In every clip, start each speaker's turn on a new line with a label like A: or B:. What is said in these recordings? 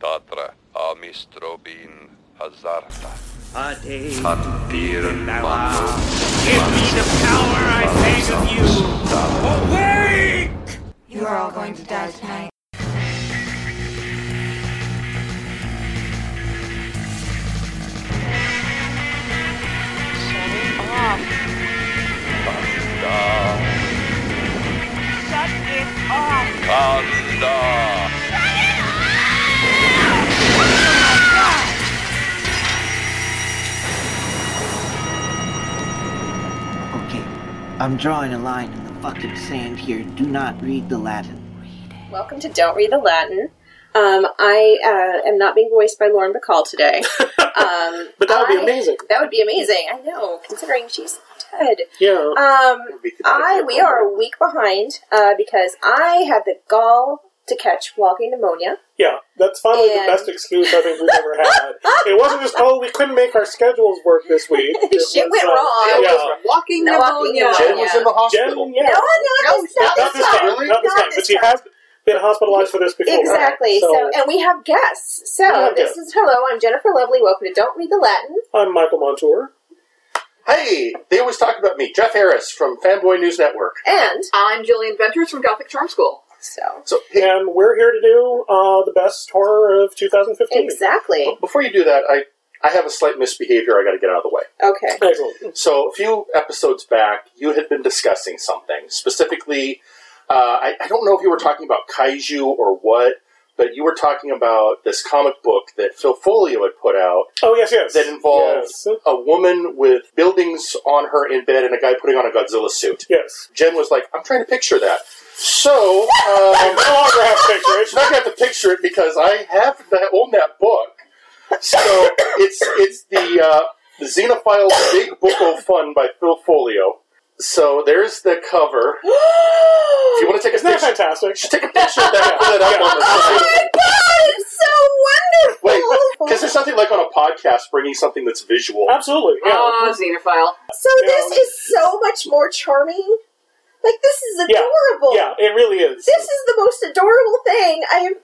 A: Tatra Amistrobin Hazarta.
B: Ade,
A: Antir
B: give me the power I beg of you! Awake!
C: You are all going to die tonight.
D: Shut it off. Shut it off.
A: Kanda
E: Okay, I'm drawing a line in the fucking sand here. Do not read the Latin.
F: Welcome to Don't Read the Latin. Um, I uh, am not being voiced by Lauren Bacall today. Um,
G: But that would be
F: I-
G: amazing.
F: That would be amazing. I know, considering she's dead.
G: Yeah.
F: Um,
G: We could
F: I
G: make
F: we
G: that
F: are a week behind uh, because I had the gall to catch walking pneumonia.
G: yeah, that's finally
F: and-
G: the best excuse I think we've ever had. It wasn't just, oh, we couldn't make our schedules work this week. It
F: Shit
G: was, uh,
F: went wrong.
G: Yeah.
F: It
H: walking
F: No,
H: pneumonia.
F: walking
H: Jen
F: pneumonia.
H: was in the hospital.
G: Jen, yeah.
F: No, no, it's not,
G: not
F: this time.
H: really?
G: Not this
F: Not
G: time.
F: this
G: But she
F: time.
G: has been hospitalized for this before.
F: Exactly. So,
G: So,
F: and we have guests. So
G: We have
F: this is
G: guests.
F: hello. I'm Jennifer Lovely. Welcome to Don't Read the Latin.
G: I'm Michael Montour.
H: Hey, they always talk about me, Jeff Harris from Fanboy News Network.
F: And
D: I'm Jillian Ventures from Gothic Charm School.
F: so
H: So, hey,
G: And we're here to do uh, the best horror of 2015.
F: exactly.
H: before you do that, I, I have a slight misbehavior I got to get out of the way.
F: Okay.
G: Excellent.
H: So, a few episodes back, you had been discussing something. Specifically, uh, I, I don't know if you were talking about kaiju or what, but you were talking about this comic book that Phil Folio had put out
G: Oh, yes, yes.
H: that involves
G: Yes.
H: a woman with buildings on her in bed and a guy putting on a Godzilla suit.
G: yes.
H: Jen was like, I'm trying to picture that. So, um,
G: I no longer have a picture. It's
H: She's not going to have to picture it because I have that own that book. So it's it's the uh, the Xenophile Big Book of Fun by Phil Folio. So there's the cover. If you want to take a
G: Isn't that
H: picture,
G: fantastic? Oh
H: just take a picture of that and put it up on the side.
F: It's so wonderful.
H: Wait, because there's nothing like on a podcast bringing something that's visual.
G: Absolutely. Yeah.
F: Uh,
D: Ah, Xenophile.
F: So this is so much more charming. Like this is
G: Yeah.
F: adorable.
G: yeah, it really is.
F: This is the most adorable thing I have.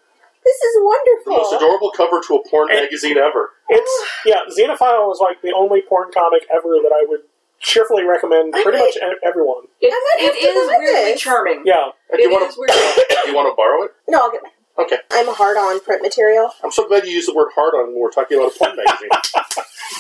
F: This is
H: The
F: wonderful.
H: most adorable cover to a porn
G: And-
H: magazine ever.
G: It's yeah, Xenophile is like the only porn comic ever that I would cheerfully recommend
F: I
G: pretty
F: might-
G: much e- everyone.
D: It,
F: I might have
D: it
F: to
D: is
F: buy
D: weirdly
F: this.
D: charming.
G: Yeah,
H: Uh,
D: It
H: Do you want
D: is weirdly-
H: to? Do you want to borrow it?
F: No, I'll get mine.
H: Okay.
F: I'm hard on print material.
H: I'm so glad you used the word hard on when we're talking about a porn magazine.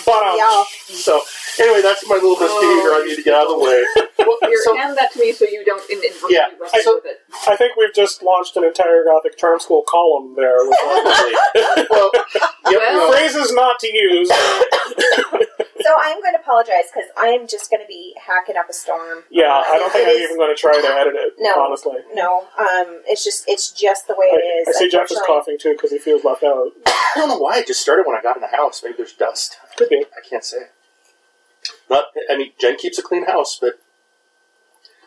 G: but um,
F: Y'all.
H: So anyway, that's my little misbehavior I need to get out of the way. Well,
D: Here,
H: so-
D: hand that to me so you don't in, in,
H: Yeah,
D: wrestle
H: so-
D: with it.
G: I think we've just launched an entire Gothic Charm School column there. With like,
H: well, yep,
D: Well-
G: phrases not to use.
F: So I'm going to apologize because I am just going to be hacking up a storm.
G: Yeah, I don't think
F: It
G: I'm
F: is-
G: even going to try to edit it.
F: No.
G: honestly,
F: No, um, it's just it's just the way
G: I,
F: it is.
G: I see Jeff is
F: unfortunately.
G: coughing too because he feels left out.
H: I don't know why it just started when I got in the house. Maybe there's dust.
G: Could be.
H: I can't say. Not, I mean, Jen keeps a clean house, but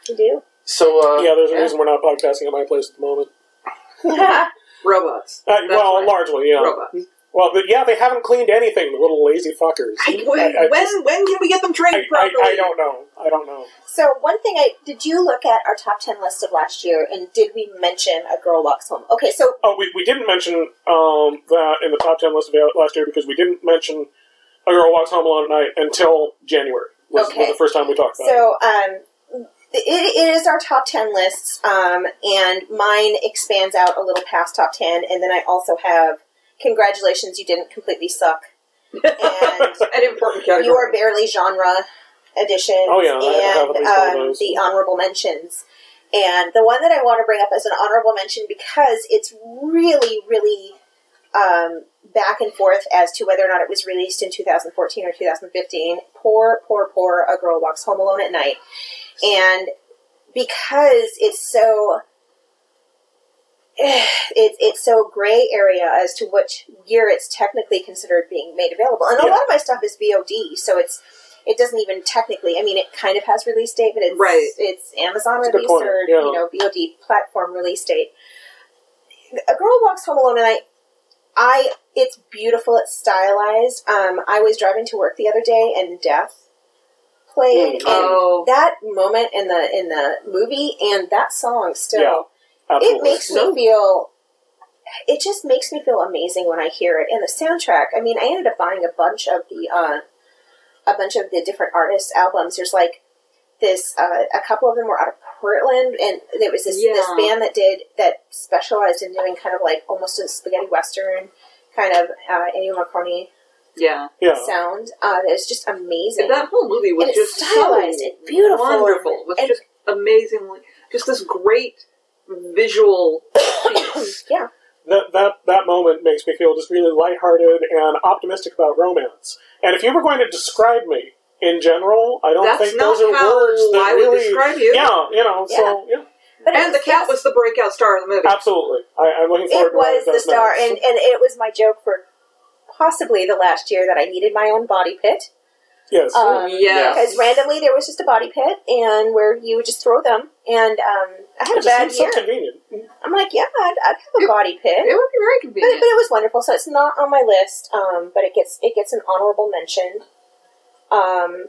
F: You
H: so uh,
G: yeah, there's a reason we're not podcasting at my place at the moment.
F: do.
D: Robots.
G: Uh,
D: That's
G: well,
D: right.
G: largely, yeah.
D: Robots.
G: Well, but yeah, they haven't cleaned anything. The little lazy fuckers. Mm-hmm. I- I-
D: when can we get them
G: I,
D: trained
G: I, I don't know. I don't know.
F: so one thing I did you look at our top ten list of last year and did we mention a girl walks home? Okay, so
G: Oh, we, we didn't mention um, that in the top 10 list of last year because we didn't mention A Girl Walks Home Alone at Night until January. Was, was
F: Okay.
G: the first time we talked about
F: So, um, it, it is our top 10 lists, um, and mine expands out a little past top 10. And then I also have Congratulations, You Didn't Completely Suck. And
D: An important category.
F: You Are Barely Genre edition.
G: Oh, yeah, I have at least all
F: And um,
G: those.
F: the honorable mentions. And the one that I want to bring up as an honorable mention because it's really, really um, back and forth as to whether or not it was released in 2014 or 2015. Poor, poor, poor, A Girl Walks Home Alone at Night. And because it's so. It, it's so gray area as to which year it's technically considered being made available. And a
G: Yeah.
F: lot of my stuff is VOD, so it's it doesn't even technically. I mean, it kind of has release date, but it's
D: Right.
F: it's Amazon
G: That's a good
F: release
G: point,
F: or
G: yeah.
F: you know VOD platform release date. A girl walks home alone, and I, I it's beautiful. It's stylized. Um, I was driving to work the other day, and Death played,
G: Mm,
F: and
D: Oh.
F: that moment in the in the movie and that song still
G: Yeah,
F: it
G: Absolutely.
F: makes me feel it just makes me feel amazing when I hear it. And the soundtrack, I mean, I ended up buying a bunch of the uh, a bunch of the different artists' albums. There's like this, uh, a couple of them were out of Portland, and there was this this
D: Yeah.
F: band that did that specialized in doing kind of like almost a spaghetti western kind of uh, Ennio Morricone
D: Yeah.
G: Yeah.
F: sound. Uh, that was just amazing.
D: And that whole movie was
F: And it's
D: just
F: stylized
D: so
F: and beautiful.
D: wonderful. It was
F: And-
D: just amazingly, just this great visual piece.
F: yeah,
G: that that that moment makes me feel just really lighthearted and optimistic about romance. And if you were going to describe me in general, I don't
D: That's
G: think
D: not
G: those are
D: how
G: words that
D: I would
G: really
D: describe you.
G: Yeah, you know. So yeah,
F: but it
D: and the cat was the breakout star of the movie.
G: absolutely. I, I'm looking forward.
F: it was
G: to what
F: the
G: does
F: star,
G: next.
F: and, and it was my joke for possibly the last year that I needed my own body pit.
G: Oh, yes,
F: Um,
D: yes.
F: Because randomly there was just a body pit, and where you would just throw them. And um, I had
G: it
F: a
G: just
F: bad
G: seems
F: year.
G: so convenient.
F: I'm like, yeah, I'd, I'd have a body pit.
D: It would be very
F: but, but
D: convenient.
F: it was wonderful, so it's not on my list. Um, but it gets it gets an honorable mention. Um,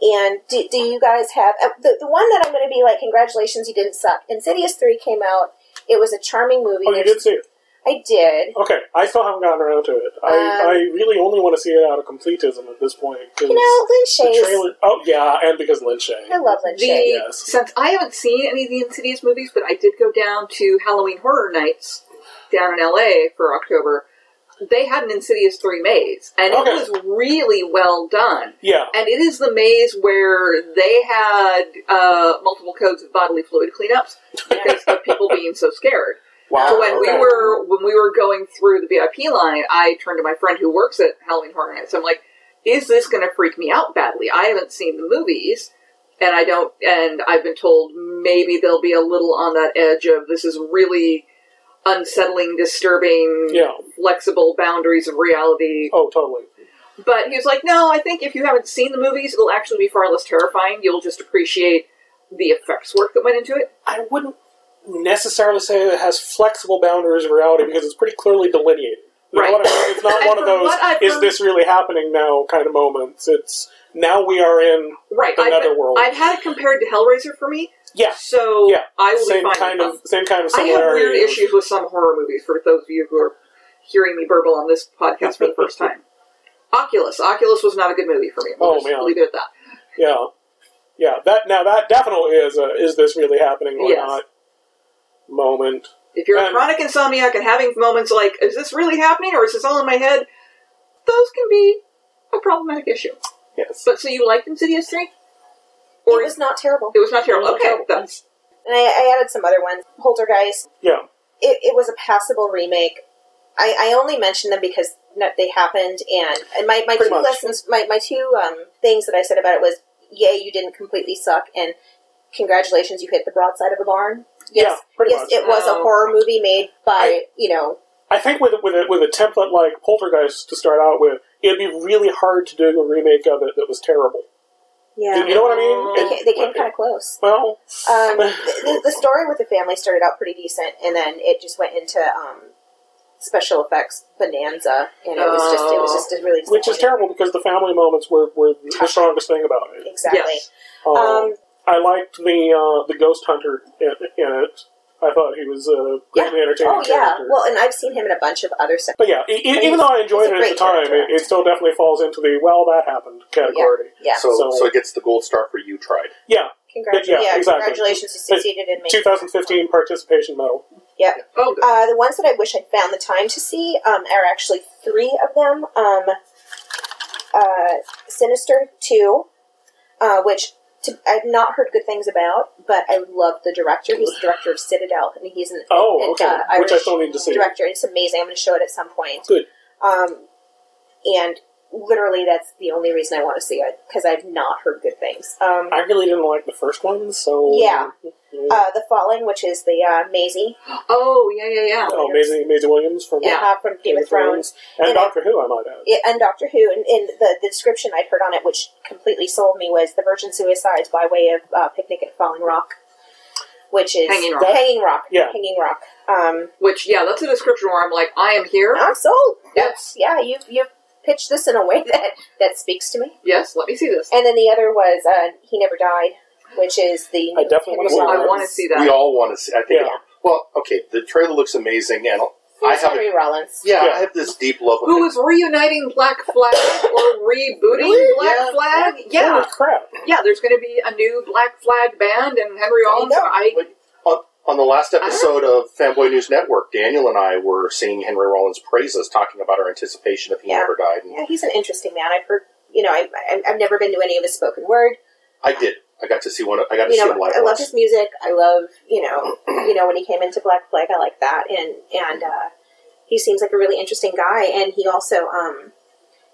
F: and do, do you guys have uh, the the one that I'm going to be like, congratulations, you didn't suck. Insidious three came out. It was a charming movie.
G: Oh, you did see it.
F: I did.
G: Okay, I still haven't gotten around to it. I,
F: Um,
G: I really only want to see it out of completism at this point. 'cause
F: You know, Lynn
G: the
F: Shays.
G: trailer- Oh yeah, and because eh? Lynn Shay.
F: I love Lynn
D: the
F: Shays.
G: Yes.
D: since I haven't seen any of the Insidious movies, but I did go down to Halloween Horror Nights down in LA for October. They had an Insidious three maze, and
G: Okay.
D: it was really well done.
G: Yeah.
D: And it is the maze where they had uh, multiple codes of bodily fluid cleanups because of people being so scared.
G: Wow.
D: So when
G: okay.
D: we were when we were going through the VIP line, I turned to my friend who works at Halloween Horror Nights. I'm like, "Is this going to freak me out badly? I haven't seen the movies, and I don't. And I've been told maybe they'll be a little on that edge of this is really unsettling, disturbing,
G: Yeah.
D: flexible boundaries of reality.
G: Oh, totally.
D: But he was like, no, I think if you haven't seen the movies, it'll actually be far less terrifying. You'll just appreciate the effects work that went into it.
G: I wouldn't necessarily say that it has flexible boundaries of reality because it's pretty clearly delineated. You know
D: Right.
G: what I mean? It's not
D: And
G: one of
D: from
G: those
D: what I've
G: "is
D: heard-
G: this really happening now" kind of moments. It's now we are in
D: Right.
G: another
D: I've,
G: world.
D: I've had it compared to Hellraiser for me,
G: yeah,
D: so
G: yeah.
D: I will
G: same
D: be fine
G: kind
D: with
G: of
D: them.
G: same kind of
D: I have
G: similarity.
D: weird issues with some horror movies, for those of you who are hearing me burble on this podcast for the first time. Oculus. Oculus was not a good movie for me. We'll
G: Oh,
D: just
G: man.
D: Leave it at that.
G: Yeah, yeah. That now that definitely is a "is this really happening or
D: Yes.
G: not" moment.
D: If you're a
G: And-
D: chronic insomniac and having moments like, is this really happening or is this all in my head? Those can be a problematic issue.
G: Yes.
D: But so you liked Insidious 3? Or
F: It was not terrible.
D: it was not terrible.
G: It was
D: Okay,
G: terrible.
D: that's
F: And I, I added some other ones. Poltergeist.
G: Yeah.
F: It, it was a passable remake. I, I only mentioned them because not- they happened, and, and my, my
G: Pretty
F: two
G: much.
F: lessons, my, my two um, things that I said about it was, yay, you didn't completely suck, and congratulations, you hit the broadside of a barn. Yes,
G: Yeah, pretty
F: yes,
G: much.
F: it was a
D: Oh.
F: horror movie made by
G: I-
F: you know
G: I think with with a, with a template like Poltergeist to start out with, it'd be really hard to do a remake of it that was terrible.
F: yeah
G: You know what I mean?
F: they came, they came kind of close.
G: Well,
F: Um, the, the story with the family started out pretty decent, and then it just went into um, special effects bonanza, and it was just it was just a really
G: Oh. which is terrible because the family moments were, were the strongest thing about it.
F: Exactly.
D: Yes.
G: Um,
F: Um,
G: I liked the uh, the ghost hunter in, in it. I thought he was a
F: Yeah.
G: greatly entertaining
F: Oh yeah.
G: character.
F: Well, and I've seen him in a bunch of other stuff.
G: but yeah, e- e-
F: he's-
G: even though I
F: he's
G: enjoyed
F: a
G: it at the
F: great
G: time, it,
F: character.
G: it still definitely falls into the well that happened category.
F: Yeah.
H: So,
G: So-
H: so, it gets the gold star for you tried.
G: Yeah,
F: Congratu-
G: yeah,
F: yeah,
G: exactly.
F: Congratulations, you
G: But
F: succeeded in making.
G: 2015 participation medal.
F: Yep.
D: oh good.
F: Uh, the ones that I wish I'd found the time to see um, are actually three of them. Um, uh, Sinister Two, uh, which to, I've not heard good things about, but I love the director. He's the director of Citadel, and he's an
G: Oh,
F: an,
G: okay,
F: uh, Irish
G: which I still need to see.
F: director. It's amazing. I'm going to show it at some point.
G: Good.
F: Um, and literally, that's the only reason I want to see it because I've not heard good things. Um,
G: I really didn't like the first one, so mm-hmm.
F: Yeah.
G: Yeah.
F: uh, the Fallen, which is the uh, Maisie,
D: Oh yeah, yeah, yeah.
G: oh, Maisie, Maisie Williams from
D: Yeah.
F: uh, from Game of Thrones.
G: and,
F: And
G: Doctor Who, I might add.
F: it, and Doctor Who, and, and the, the description I'd heard on it, which completely sold me, was the Virgin Suicides by way of uh, Picnic at Falling Rock, which is
D: Hanging Rock.
F: Hanging Rock,
G: Yeah.
F: Hanging Rock. Um,
D: Which yeah, that's a description where I'm like, I am here.
F: I'm sold.
D: Yes.
F: That's yeah. You you pitched this in a way that that speaks to me.
D: Yes, let me see this.
F: And then the other was uh, He Never Died, which is the
G: I definitely
F: Henry
G: wanna see that.
F: Rollins.
D: I want to see that.
H: We all want to see. I think.
G: Yeah.
H: Well, okay. The trailer looks amazing,
F: He
H: and
F: was
H: I have a-
F: Henry Rollins.
H: Yeah,
G: Yeah.
H: I have this deep love of
D: Who was reuniting Black Flag or rebooting
F: Really?
D: Black
H: Yeah.
D: Flag?
G: Holy
D: Yeah,
G: crap.
D: yeah. There's going to be a new Black Flag band, and Henry
F: you
D: Rollins
F: go.
D: and I.
H: on, on the
F: Ah.
H: last episode of Fanboy News Network, Daniel and I were singing Henry Rollins' praises, talking about our anticipation if he
F: Yeah.
H: never died. And
F: Yeah, he's an interesting man. I've heard, you know, I, I, I've never been to any of his spoken word.
H: I did. I got to see one. I got to
F: You
H: see
F: know,
H: him live.
F: I love
H: once.
F: his music. I love, you know, you know when he came into Black Flag, I like that, and and uh, he seems like a really interesting guy, and he also um,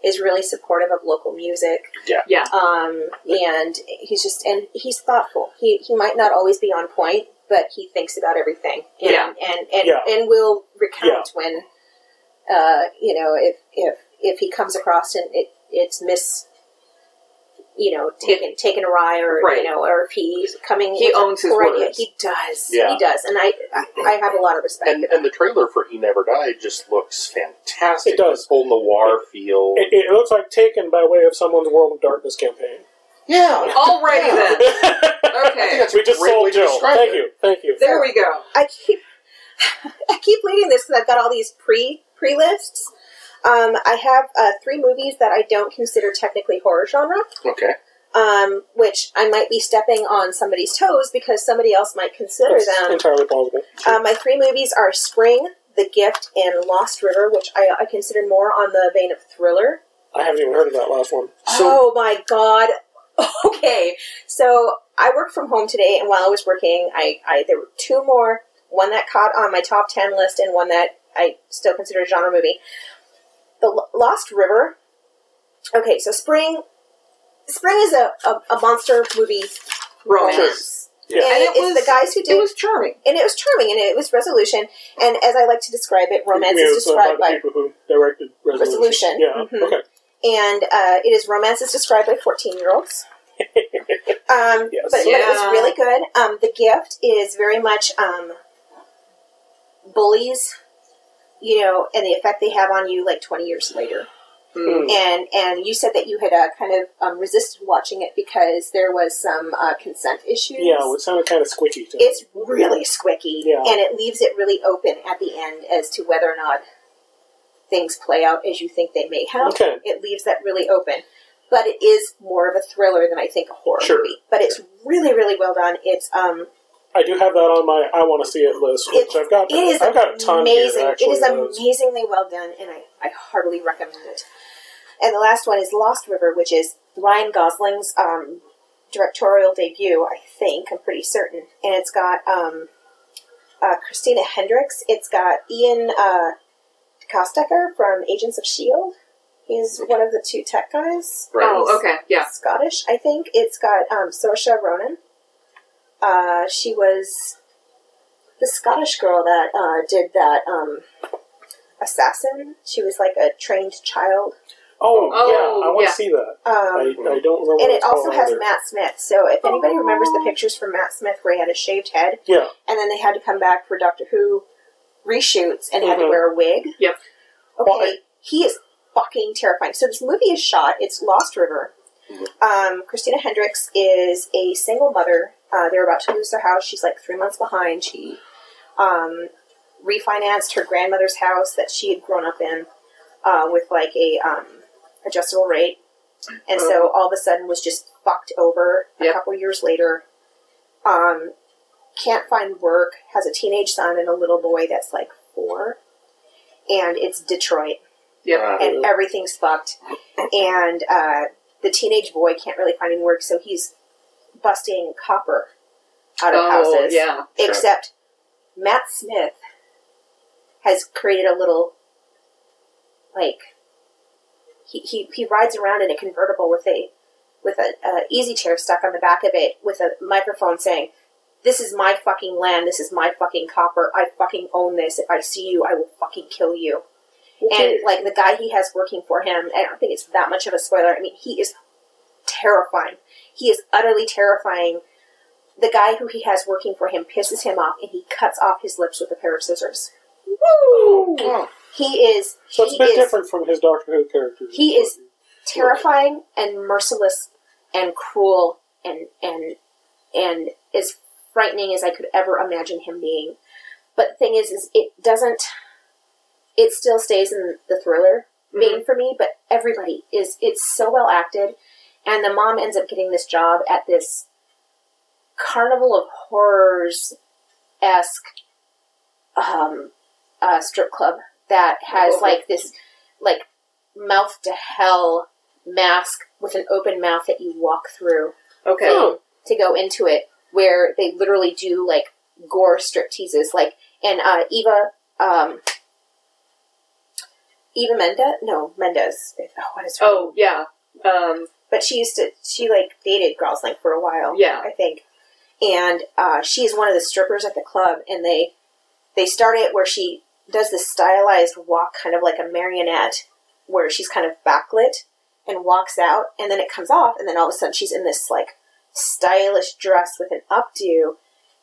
F: is really supportive of local music.
D: Yeah,
F: um, and he's just and he's thoughtful. He he might not always be on point, but he thinks about everything. And,
D: Yeah.
F: and and
G: Yeah.
F: and will recount when uh, you know if if if he comes across and it it's mis you know taken taken awry or
D: Right.
F: you know or if he's coming
D: He
F: with a
D: owns his
F: poor idea.
D: words.
F: He does.
H: Yeah.
F: He does, and I I, I have a lot of respect.
H: And,
F: for that.
H: and the trailer for He Never Died just looks fantastic.
G: It does.
H: This whole noir feel.
G: It, it looks like taken by way of someone's World of Darkness campaign.
H: yeah.
F: Oh.
D: already then.
H: I
D: Okay,
H: think that's
G: we just
H: a great way
G: sold
H: to
G: Jill.
H: describe
G: Thank
H: it.
G: you. Thank you.
D: there we go.
F: I keep I keep reading this because I've got all these pre pre lists. Um, I have uh, three movies that I don't consider technically horror genre,
H: Okay.
F: um, which I might be stepping on somebody's toes because somebody else might consider
G: That's
F: them.
G: entirely plausible.
F: Uh, my three movies are Spring, The Gift, and Lost River, which I, I consider more on the vein of thriller.
G: I haven't even heard of that last one.
F: oh my god. Okay. So I work from home today and while I was working I, I there were two more, one that caught on my top ten list and one that I still consider a genre movie. The L- Lost River. Okay, so Spring Spring is a, a, a monster movie
D: Romance.
F: romance.
G: Yeah.
F: And,
D: And it
F: it's
D: was-
F: the guys who did
D: It was charming.
F: and it was charming and it was resolution and as I like to describe it, romance
G: Yeah,
F: is
G: it's
F: described
G: about
F: by
G: the people who directed
F: Resolution.
G: resolution. Yeah.
F: Mhm.
G: Okay.
F: and uh, it is romance is described by 14 year olds um,
G: Yes.
F: but, but it was
D: Yeah.
F: really good um, the gift is very much um, bullies you know and the effect they have on you like 20 years later
G: Mm.
F: and and you said that you had uh, kind of um, resisted watching it because there was some uh, consent issues
G: Yeah, well, it sounded kind of squishy. Too.
F: it's really squicky
G: Yeah.
F: and it leaves it really open at the end as to whether or not things play out as you think they may have
G: Okay.
F: it leaves that really open but it is more of a thriller than i think a horror
G: Sure.
F: movie but it's really really well done it's um
G: I do have that on my I want to see it list, which
F: It's-
G: I've got.
F: it is
G: I've got a ton here,
F: amazing it
G: actually,
F: is
G: of those.
F: amazingly well done and I, I heartily recommend it and the last one is lost river which is ryan gosling's um, directorial debut i think i'm pretty certain and it's got um, uh, christina hendricks it's got ian uh, kostecker from agents of shield E he's one of the two tech guys
H: Right.
D: Oh, okay, yeah.
F: Scottish, I think. It's got um, Saoirse Ronan. Uh, she was the Scottish girl that uh, did that um, assassin. She was like a trained child,
G: Oh,
D: Oh,
G: yeah, I want to
D: yeah.
G: see that.
F: um,
G: I, I don't remember. what
F: and it
G: it's
F: also
G: called
F: has
G: either.
F: Matt Smith. So if anybody remembers the pictures from Matt Smith where he had a shaved head,
G: Yeah,
F: and then they had to come back for Doctor Who reshoots and had to
G: Mhm.
F: wear a wig.
D: Yep.
F: Okay,
G: Well, I-
F: he is fucking terrifying. So this movie is shot. It's Lost River. Um, Christina Hendricks is a single mother. Uh, they're about to lose their house. She's like three months behind. She um, refinanced her grandmother's house that she had grown up in uh, with like a um, adjustable rate, and so all of a sudden was just fucked over. A
D: Oh. Yep.
F: couple years later, um, can't find work. Has a teenage son and a little boy that's like four, and it's Detroit
H: Uh,
D: Yeah.
F: and everything's fucked. And uh, the teenage boy can't really find any work, so he's busting copper out of
D: Oh,
F: houses.
D: yeah.
H: Sure.
F: Except Matt Smith has created a little like he, he, he rides around in a convertible with a with a, a easy chair stuck on the back of it with a microphone saying this is my fucking land this is my fucking copper i fucking own this if i see you i will fucking kill you and like the guy he has working for him, I don't think it's that much of a spoiler. I mean, he is terrifying. He is utterly terrifying. The guy who he has working for him pisses him off, and he cuts off his lips with a pair of scissors. Woo! He is.
G: so it's a
F: he
G: bit
F: is
G: different from his Doctor Who character.
F: he is terrifying and merciless and cruel and and and as frightening as I could ever imagine him being. But the thing is, is it doesn't it still stays in the thriller vein for me, but everybody is it's so well acted and the mom ends up getting this job at this carnival of horrors esque um, uh, strip club that has
D: Oh.
F: like this like mouth to hell mask with an open mouth that you walk through
D: Okay.
H: Oh.
F: thing to go into it where they literally do like gore strip teases like and uh, Eva um, Eva Mendez no Mendez oh what is her
D: Oh yeah. Um,
F: but she used to she like dated Gosling for a while.
D: Yeah.
F: I think. And uh, she's one of the strippers at the club, and they they start it where she does this stylized walk, kind of like a marionette, where she's kind of backlit and walks out, and then it comes off, and then all of a sudden she's in this like stylish dress with an updo,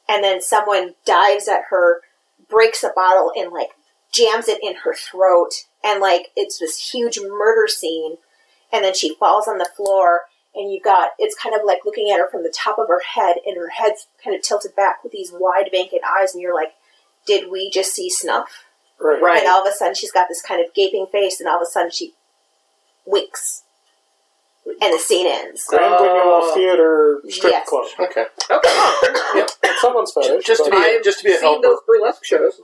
F: and then someone dives at her, breaks a bottle, and like jams it in her throat, and like it's this huge murder scene and then she falls on the floor and you got it's kind of like looking at her from the top of her head and her head's kind of tilted back with these wide vacant eyes and you're like did we just see snuff
G: Right.
D: Right.
F: and all of a sudden she's got this kind of gaping face and all of a sudden she winks and the scene ends
G: Grand
D: Uh,
G: Guignol Theater Strip
F: Oh. yes.
G: Club.
H: Okay.
D: okay.
G: It's someone's fetish.
H: Just to
G: but-
H: be-
D: I've
H: just to be a
D: seen
H: helper.
D: those burlesque shows.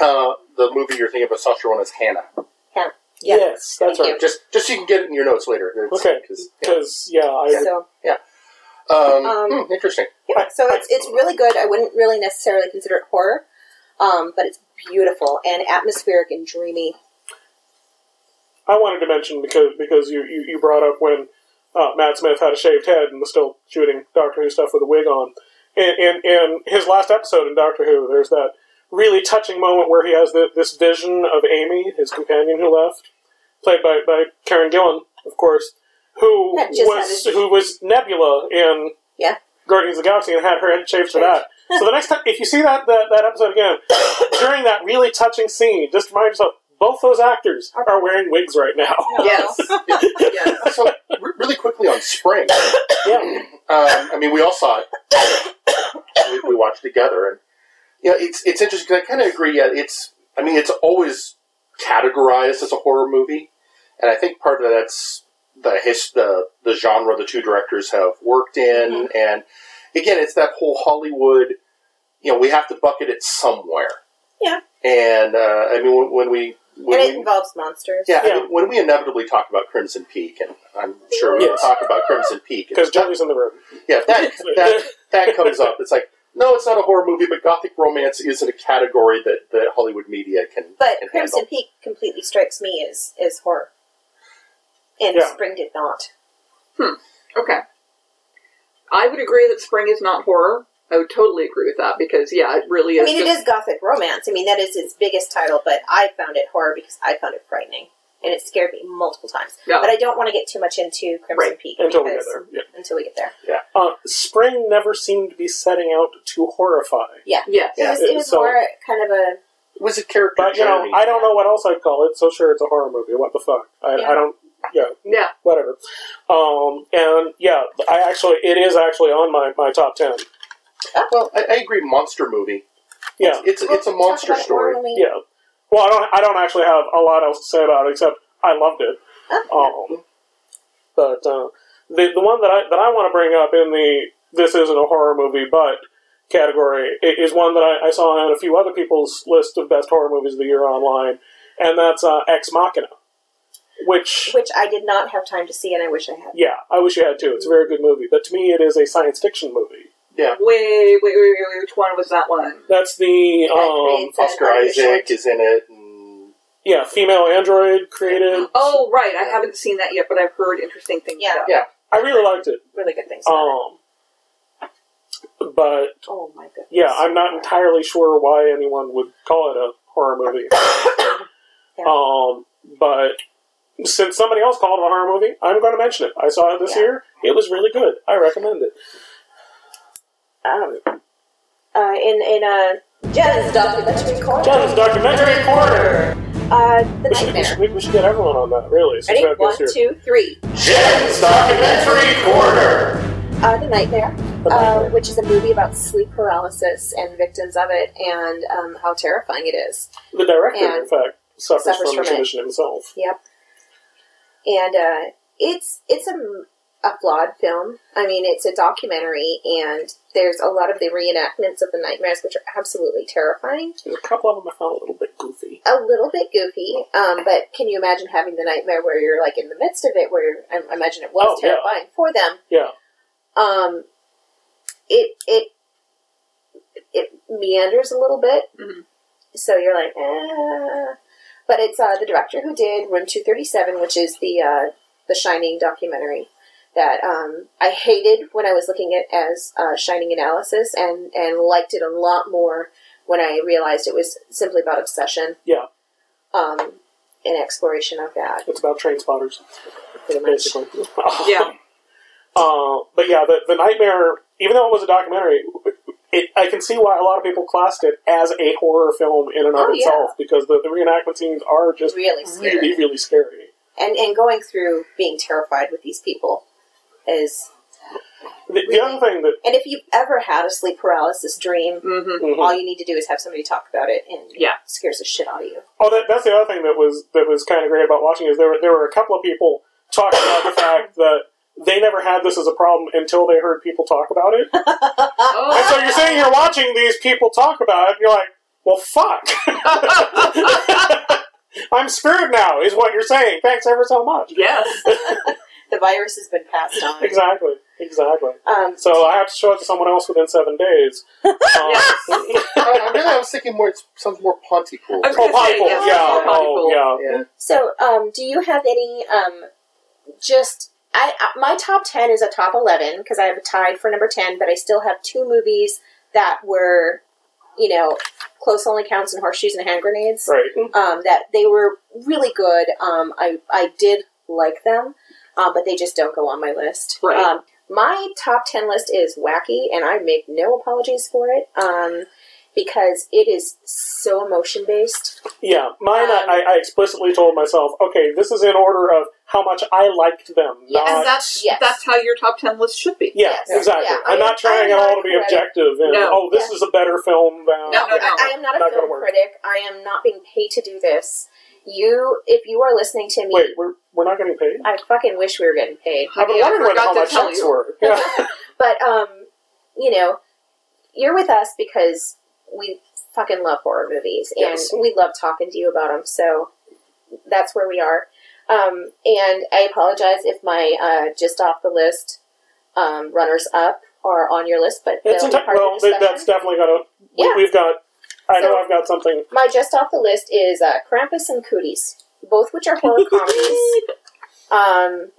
H: Uh, the movie you're thinking of, Sasha one is Hannah.
F: Yeah.
G: Yes, that's
F: Thank
G: right.
H: Just, just so you can get it in your notes later. It's-
G: Okay.
H: 'cause- yeah.
G: Because, yeah, I,
F: so
H: Um,
F: Um,
H: hmm, interesting.
F: yeah, so it's it's really good i wouldn't really necessarily consider it horror um, but it's beautiful and atmospheric and dreamy
G: I wanted to mention because because you, you, you brought up when uh, Matt Smith had a shaved head and was still shooting Doctor Who stuff with a wig on. In, in, in his last episode in Doctor Who, there's that really touching moment where he has the, this vision of Amy, his companion who left, played by, by Karen Gillan, of course, who
F: That just
G: was
F: had a-
G: who was Nebula in
F: Yeah.
G: Guardians of the Galaxy and had her head shaved for that. So the next time, if you see that, that, that episode again, during that really touching scene, just remind yourself both those actors are wearing wigs right now.
D: Yes. yes.
H: So, re- really quickly on Spring.
G: Yeah.
H: Um, I mean, we all saw it. we, we watched together, and you know, it's it's interesting. 'cause I kind of agree. Yeah, it's. I mean, it's always categorized as a horror movie, and I think part of that's the his, the the genre the two directors have worked in, and again, it's that whole Hollywood. You know, we have to bucket it somewhere.
F: Yeah.
H: And uh, I mean, when, when we when
F: and
H: we,
F: it involves monsters
H: yeah, I
G: Yeah.
H: mean, when we inevitably talk about Crimson Peak, and I'm sure we will
G: Yes.
H: talk about Crimson Peak,
G: Because
H: if that-
G: Johnny's in the room.
H: yeah, if that, that that comes up. It's like, no, it's not a horror movie, but gothic romance isn't a category that, that Hollywood media can
F: But
H: can
F: Crimson
H: handle.
F: Peak completely strikes me as as horror, and
G: Yeah.
F: Spring did not.
D: Okay. I would agree that spring is not horror. I would totally agree with that because yeah, it really is.
F: I mean, it
D: just-
F: is gothic romance. I mean, that is its biggest title, but I found it horror because I found it frightening, and it scared me multiple times.
D: Yeah.
F: But I don't want to get too much into Crimson
D: Right.
F: Peak
G: Until we get
F: because-
G: there. Yeah.
F: Until we get there,
G: Uh, spring never seemed to be setting out to horrify.
F: yeah.
D: Yes.
F: It was, it was
G: so-
F: more kind of a
H: It was a character
G: But, you know,
H: journey.
G: I don't know what else I'd call it, so sure, it's a horror movie. What the fuck? I, I
F: Yeah.
G: don't. Yeah,
D: Yeah.
G: whatever. Um, and yeah, I actually, it is actually on my, my top 10.
H: well, I, I agree. Monster movie.
G: Yeah.
H: It's it's a
F: We'll talk
H: monster
F: about it more
H: story.
F: when we-
G: Yeah. Well, I don't, I don't actually have a lot else to say about it except I loved it. Um, but uh, the the one that I that I want to bring up in the this isn't a horror movie, but category i- is one that I, I saw on a few other people's list of best horror movies of the year online, and that's uh, Ex Machina, which
F: which I did not have time to see, and I wish I had.
G: yeah, I wish you had too. It's a very good movie, but to me, it is a science fiction movie.
H: Yeah,
D: Wait, wait, wait, wait, wait, Which one was that one?
G: That's the
F: That
G: um,
F: creates an
H: Oscar
F: artificial-
H: Isaac is in it. And
G: yeah female android created.
D: Oh, right. I haven't seen that yet, but I've heard interesting things.
F: Yeah.
D: About it.
H: Yeah.
G: I really liked it.
F: Really good things.
G: Um, but
F: oh my goodness.
G: Yeah, I'm not entirely sure why anyone would call it a horror movie.
F: Yeah.
G: Um, but since somebody else called it a horror movie, I'm going to mention it. I saw it this
F: Yeah.
G: year. It was really good. I recommend it.
F: um, uh, in in a Jen's documentary called
G: John's documentary corner.
F: uh, The
G: We should, we, should,
F: Nightmare.
G: we- we should get everyone on that, really. since
F: Ready?
G: we have
F: One,
G: guests here.
F: two, three.
H: Jen's documentary corner.
F: Uh, the Nightmare,
G: The
F: uh,
G: Nightmare.
F: which is a movie about sleep paralysis and victims of it, and um, how terrifying it is.
G: The director, in
F: and-
G: fact, suffers,
F: Suffers
G: from,
F: from
G: the
F: it.
G: condition himself.
F: Yep. And uh, it's it's a, a flawed film. I mean, it's a documentary, and there's a lot of the reenactments of the nightmares, which are absolutely terrifying.
G: There's a couple of them I found a little bit goofy.
F: A little bit goofy, um, but can you imagine having the nightmare where you're like in the midst of it? Where you're, I I imagine it was
G: Oh, yeah.
F: terrifying for them.
G: Yeah,
F: Um, it it it meanders a little bit,
G: Mm-hmm.
D: Mhm.
F: so you're like, ah. but it's uh, the director who did Room Two Thirty Seven, which is the uh, the Shining documentary that um, I hated when I was looking at as uh, Shining analysis, and and liked it a lot more when I realized it was simply about obsession.
G: Yeah.
F: Um, an exploration of that,
G: it's about train spotters,
F: pretty much.
G: basically.
D: Yeah.
G: Uh, but yeah, the, the nightmare, even though it was a documentary, it, I can see why a lot of people classed it as a horror film in and of
F: Oh, yeah.
G: itself because the, the reenactment scenes are just
F: Really scary.
G: Oh, really, really scary.
F: and and going through being terrified with these people is
G: The, the other thing that
F: and if you've ever had a sleep paralysis dream
D: Mm-hmm.
G: mhm.
F: all you need to do is have somebody talk about it and it
D: Yeah.
F: scares the shit out of you
G: Oh, that, that's the other thing that was that was kind of great about watching is there were, there were a couple of people talking about the fact that they never had this as a problem until they heard people talk about it. And
D: Oh,
G: so you're sitting here watching these people talk about it, and you're like, "Well, fuck." I'm screwed now, is what you're saying. Thanks ever so much.
D: yes.
G: Oh,
F: the virus has been passed on
G: Exactly, exactly.
F: um,
G: So I have to show it to someone else within seven days. Um,
H: I, I really I was thinking more. It sounds more Pontypool.
D: I was
G: oh,
D: gonna say,
G: Pontypool,
D: yes,
G: yeah,
D: Pontypool.
G: oh, yeah.
H: Yeah.
F: so um, do you have any um, just I, I my top 10 is a top 11 because i have a tied for number 10 but i still have two movies that were you know close only counts and horseshoes and hand grenades
G: Right.
F: um, that they were really good. Um, I I did like them, uh, but they just don't go on my list.
D: Right.
F: Um, my top ten list is wacky, and I make no apologies for it um, because it is so emotion based.
G: Yeah, mine. I, I explicitly told myself, okay, this is in order of how much I liked them.
F: Yeah,
G: Not,
D: And that's
F: yes.
D: that's how your top ten list should be.
G: yeah,
F: yes,
G: exactly.
F: yeah,
G: I'm
F: I-
G: not trying
F: I'm
G: at all
F: not
G: to be
F: correct.
G: objective. And
D: No.
G: oh, this
F: Yeah.
G: is a better film than
D: No, no, no.
F: I, I am not a
G: Not gonna
F: film
G: work.
F: critic. I am not being paid to do this. You, if you are listening to me,
G: Wait, we're we're not getting paid.
F: I fucking wish we were getting paid.
G: I've been
D: Yeah, I
G: wondering
D: forgot
G: how
D: to
G: much
D: tell
G: checks
D: you.
G: were. Yeah.
F: But um, you know, you're with us because we fucking love horror movies and
G: Yes.
F: we love talking to you about them. So that's where we are. Um, and I apologize if my uh, just off the list um, runners up are on your list, but
G: it's
F: they'll be
G: enti-
F: part of
G: well,
F: the
G: th- that's
F: discussion.
G: definitely gonna. we-
F: Yeah.
G: We've got. I know
F: So-
G: I've got something.
F: my just off the list is uh, Krampus and Cooties, both which are horror comedies. Um,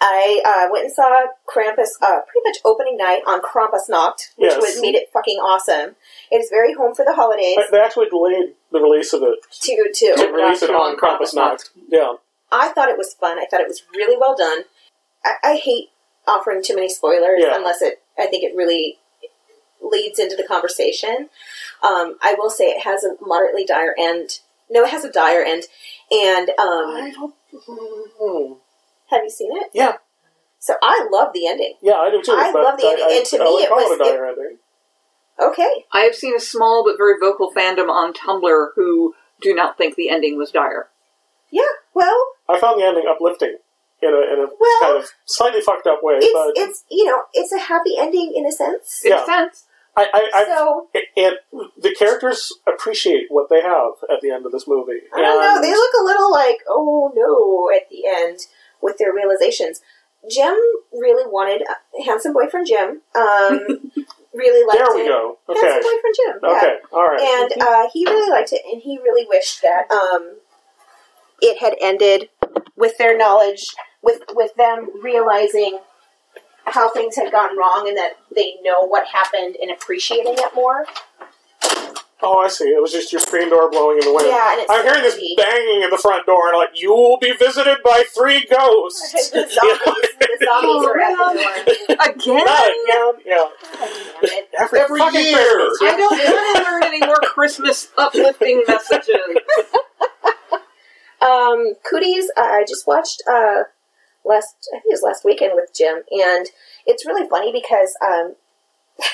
F: I uh, went and saw Krampus uh, pretty much opening night on Krampusnacht, which
G: Yes.
F: was made it fucking awesome. It is very home for the holidays.
G: They actually delayed the release of it
F: To to
G: to release it on Krampusnacht. Yeah.
F: I thought it was fun. I thought it was really well done. I, I hate offering too many spoilers
G: Yeah.
F: unless it. I think it really leads into the conversation. Um, I will say it has a moderately dire end. No, it has a dire end. And um,
G: I don't. Hmm.
F: have you seen it?
G: Yeah.
F: So I love the ending.
G: Yeah, I do too.
F: I
G: but
F: love the ending, and to
G: I
F: me
G: would
F: it
G: call
F: was-
G: it a dire ending.
F: Okay.
D: I have seen a small but very vocal fandom on Tumblr who do not think the ending was dire.
F: Yeah. Well,
G: I found the ending uplifting in a, in a
F: Well,
G: kind of slightly fucked up way,
F: it's
G: but
F: it's you know it's a happy ending in a sense.
D: Makes
G: Yeah.
D: sense.
G: I, I, I
F: so
G: and the characters appreciate what they have at the end of this movie.
F: I don't know.
G: And
F: They look a little like oh no at the end with their realizations. Jim really wanted handsome boyfriend Jim. Um, really liked
G: There we
F: it.
G: go. Okay.
F: Handsome boyfriend Jim. Yeah.
G: Okay. All right.
F: And uh, he really liked it, and he really wished that um, it had ended with their knowledge, with with them realizing how things had gone wrong, and that they know what happened and appreciating it more.
G: oh, I see. It was just your screen door blowing in the wind.
F: Yeah, and it's
G: I'm hearing this
F: creepy.
G: banging at the front door, and like you will be visited by three
F: the
G: ghosts.
F: zombies, the zombies are at the door.
D: Again?
G: Not again. Yeah.
F: God damn it.
G: Every,
H: Every
G: fucking
H: year.
G: Christmas.
D: I don't want to learn any more Christmas uplifting messages.
F: Um, Cooties, uh, I just watched uh, last, I think it was last weekend with Jim, and it's really funny because um, the,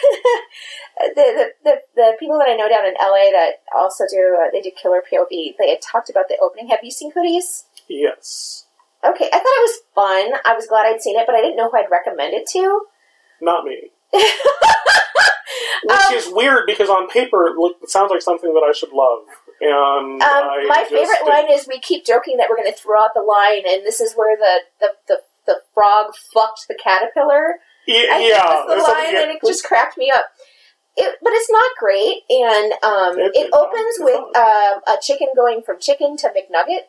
F: the, the, the people that I know down in LA that also do uh, they do killer POV. They had talked about the opening. Have you seen Hoodies?
G: Yes.
F: Okay, I thought it was fun. I was glad I'd seen it, but I didn't know who I'd recommend it to.
G: Not me. Which
F: Um,
G: is weird because on paper it look- it sounds like something that I should love. And I
F: Um, my
G: just
F: favorite
G: didn't.
F: line is we keep joking that we're going to throw out the line, and this is where the the, the, the frog fucked the caterpillar.
G: Ye-
F: I
G: yeah,
F: think it was
G: there's
F: the
G: something-
F: line,
G: yeah.
F: and it just cracked me up. It, but it's not great, and um,
G: It's-
F: it
G: it's
F: opens
G: not- it's
F: with um, a chicken going from chicken to McNugget.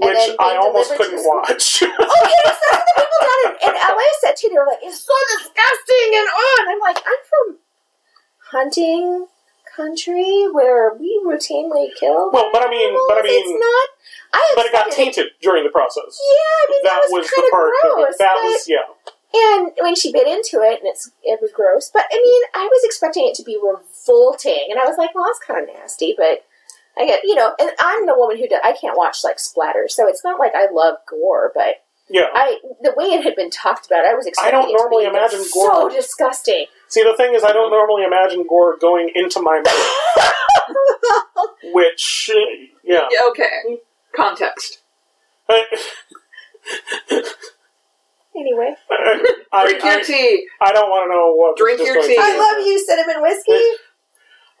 F: and
G: which
F: then
G: I
F: being
G: almost
F: delivered to
G: couldn't
F: the-
G: watch.
F: Oh, yes, that's what the people down in, in LA said too. They were like, "It's so disgusting," and on. I'm like, I'm from hunting country where we routinely kill.
G: Well, but I mean- but I
F: animals. it's
G: mean-
F: not. I
G: but it got
F: expected
G: tainted during the process.
F: Yeah, I mean that, was, kind
G: the
F: of
G: part
F: gross.
G: that, that
F: but-
G: was yeah.
F: and when she bit into it, and it's it was gross. But I mean, I was expecting it to be revolting, and I was like, well, that's kind of nasty. But I get you know, and I'm the woman who do, I can't watch like splatter, so it's not like I love gore, but
G: Yeah.
F: I the way it had been talked about, I was expecting.
G: I don't
F: it to
G: normally
F: be
G: imagine
F: so
G: gore.
F: disgusting.
G: See, the thing is, I don't normally imagine gore going into my mouth. Which, uh, yeah.
D: Yeah, okay. Context.
G: I,
F: Anyway,
G: I,
D: Drink your
G: I,
D: tea.
G: I don't want to know what.
D: Drink
G: was
D: your
G: just
D: tea.
G: going
F: I
G: through.
F: love you, cinnamon whiskey.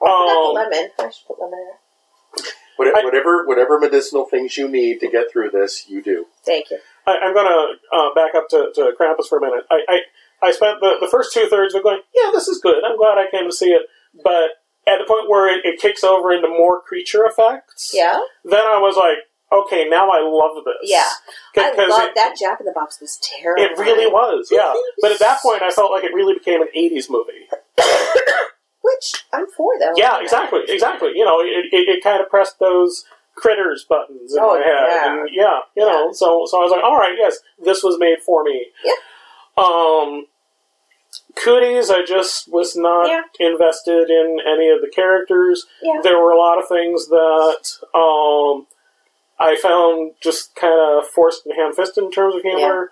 F: Not the
G: Um,
F: lemon. I should put lemon in. there.
H: What-
G: I-
H: Whatever, whatever medicinal things you need to get through this, you do.
F: Thank you.
G: I, I'm going to uh, back up to, to Krampus for a minute. I, I, I spent the, the first two thirds of going, yeah, this is good. I'm glad I came to see it. But at the point where it, it kicks over into more creature effects,
F: Yeah,
G: then I was like, okay, now I love this.
F: Yeah.
G: C-
F: I
G: 'cause
F: love
G: it-
F: that. Jack in the Box was terrible.
G: It really was, yeah. But at that point, I felt like it really became an '80s movie.
F: Which I'm for though.
G: Yeah, exactly, exactly. You know, it, it, it kind of pressed those critters buttons in
F: Oh,
G: my head,
F: yeah.
G: and yeah, you know. So, so I was like, all right, yes, this was made for me.
F: Yeah.
G: Um, cooties, I just was not
F: Yeah.
G: invested in any of the characters.
F: Yeah.
G: There were a lot of things that um, I found just kind of forced and ham-fisted in terms of humor.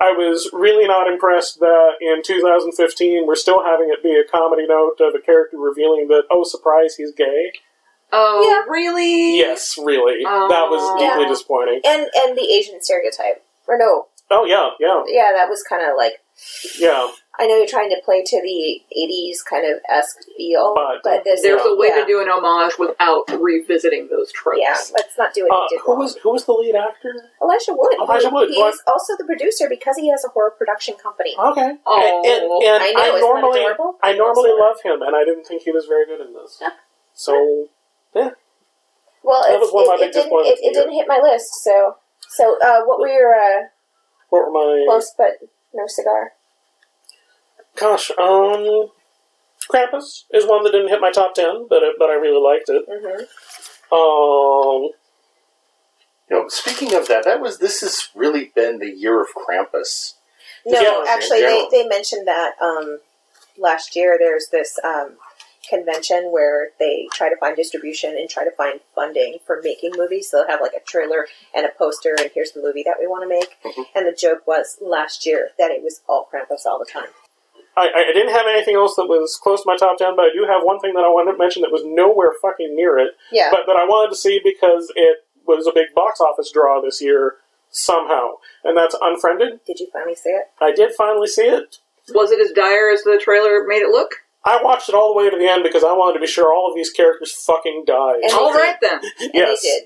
G: I was really not impressed that in 2015 we're still having it be a comedy note of a character revealing that oh surprise he's gay.
D: Oh,
F: Yeah.
D: really?
G: Yes, really,
D: Oh.
G: that was deeply
F: Yeah.
G: disappointing.
F: and and the Asian stereotype. Or no,
G: Oh yeah, yeah,
F: yeah, that was kind of like
G: yeah.
F: I know you're trying to play to the '80s kind of esque feel,
G: But-
F: but, this
D: There's a way
F: yeah,
D: to do an homage without revisiting those tropes.
F: Yeah, let's not do it.
G: Uh,
F: he did
G: who
F: wrong.
G: was who was the lead actor?
F: Elijah Wood?
G: Elijah Wood,
F: He
G: who I-
F: is also the producer because he has a horror production company.
G: Okay, And-
D: Oh.
G: and, and
F: I
G: I,
F: know, isn't that
G: normally
F: adorable?
G: I normally
F: I'm sorry.
G: love him, and I didn't think he was very good in this. So
F: Well,
G: That
F: it's,
G: was one of my
F: it,
G: big
F: it, didn't, it,
G: disappointments
F: it
G: here.
F: didn't hit my list. So, so uh, what were your uh,
G: what were my
F: close but no cigar?
G: gosh? Um, Krampus is one that didn't hit my top ten, but it, but I really liked it.
F: Mm-hmm.
G: Um,
H: You know, speaking of that, that was this has really been the year of Krampus.
F: No,
G: Yeah.
F: actually,
H: Yeah.
F: they, they mentioned that um, last year. There's this um, convention where they try to find distribution and try to find funding for making movies. So they'll have like a trailer and a poster, and here's the movie that we want to make.
G: Mm-hmm.
F: And the joke was last year that it was all Krampus all the time.
G: I, I I didn't have anything else that was close to my top ten, but I do have one thing that I wanted to mention that was nowhere fucking near it,
F: Yeah,
G: but that I wanted to see because it was a big box office draw this year somehow, and that's Unfriended.
F: did you finally see it?
G: I did finally see it.
D: Was it as dire as the trailer made it look?
G: I watched it all the way to the end because I wanted to be sure all of these characters fucking died.
F: And-
D: All right then.
F: And
G: yes,
F: they did.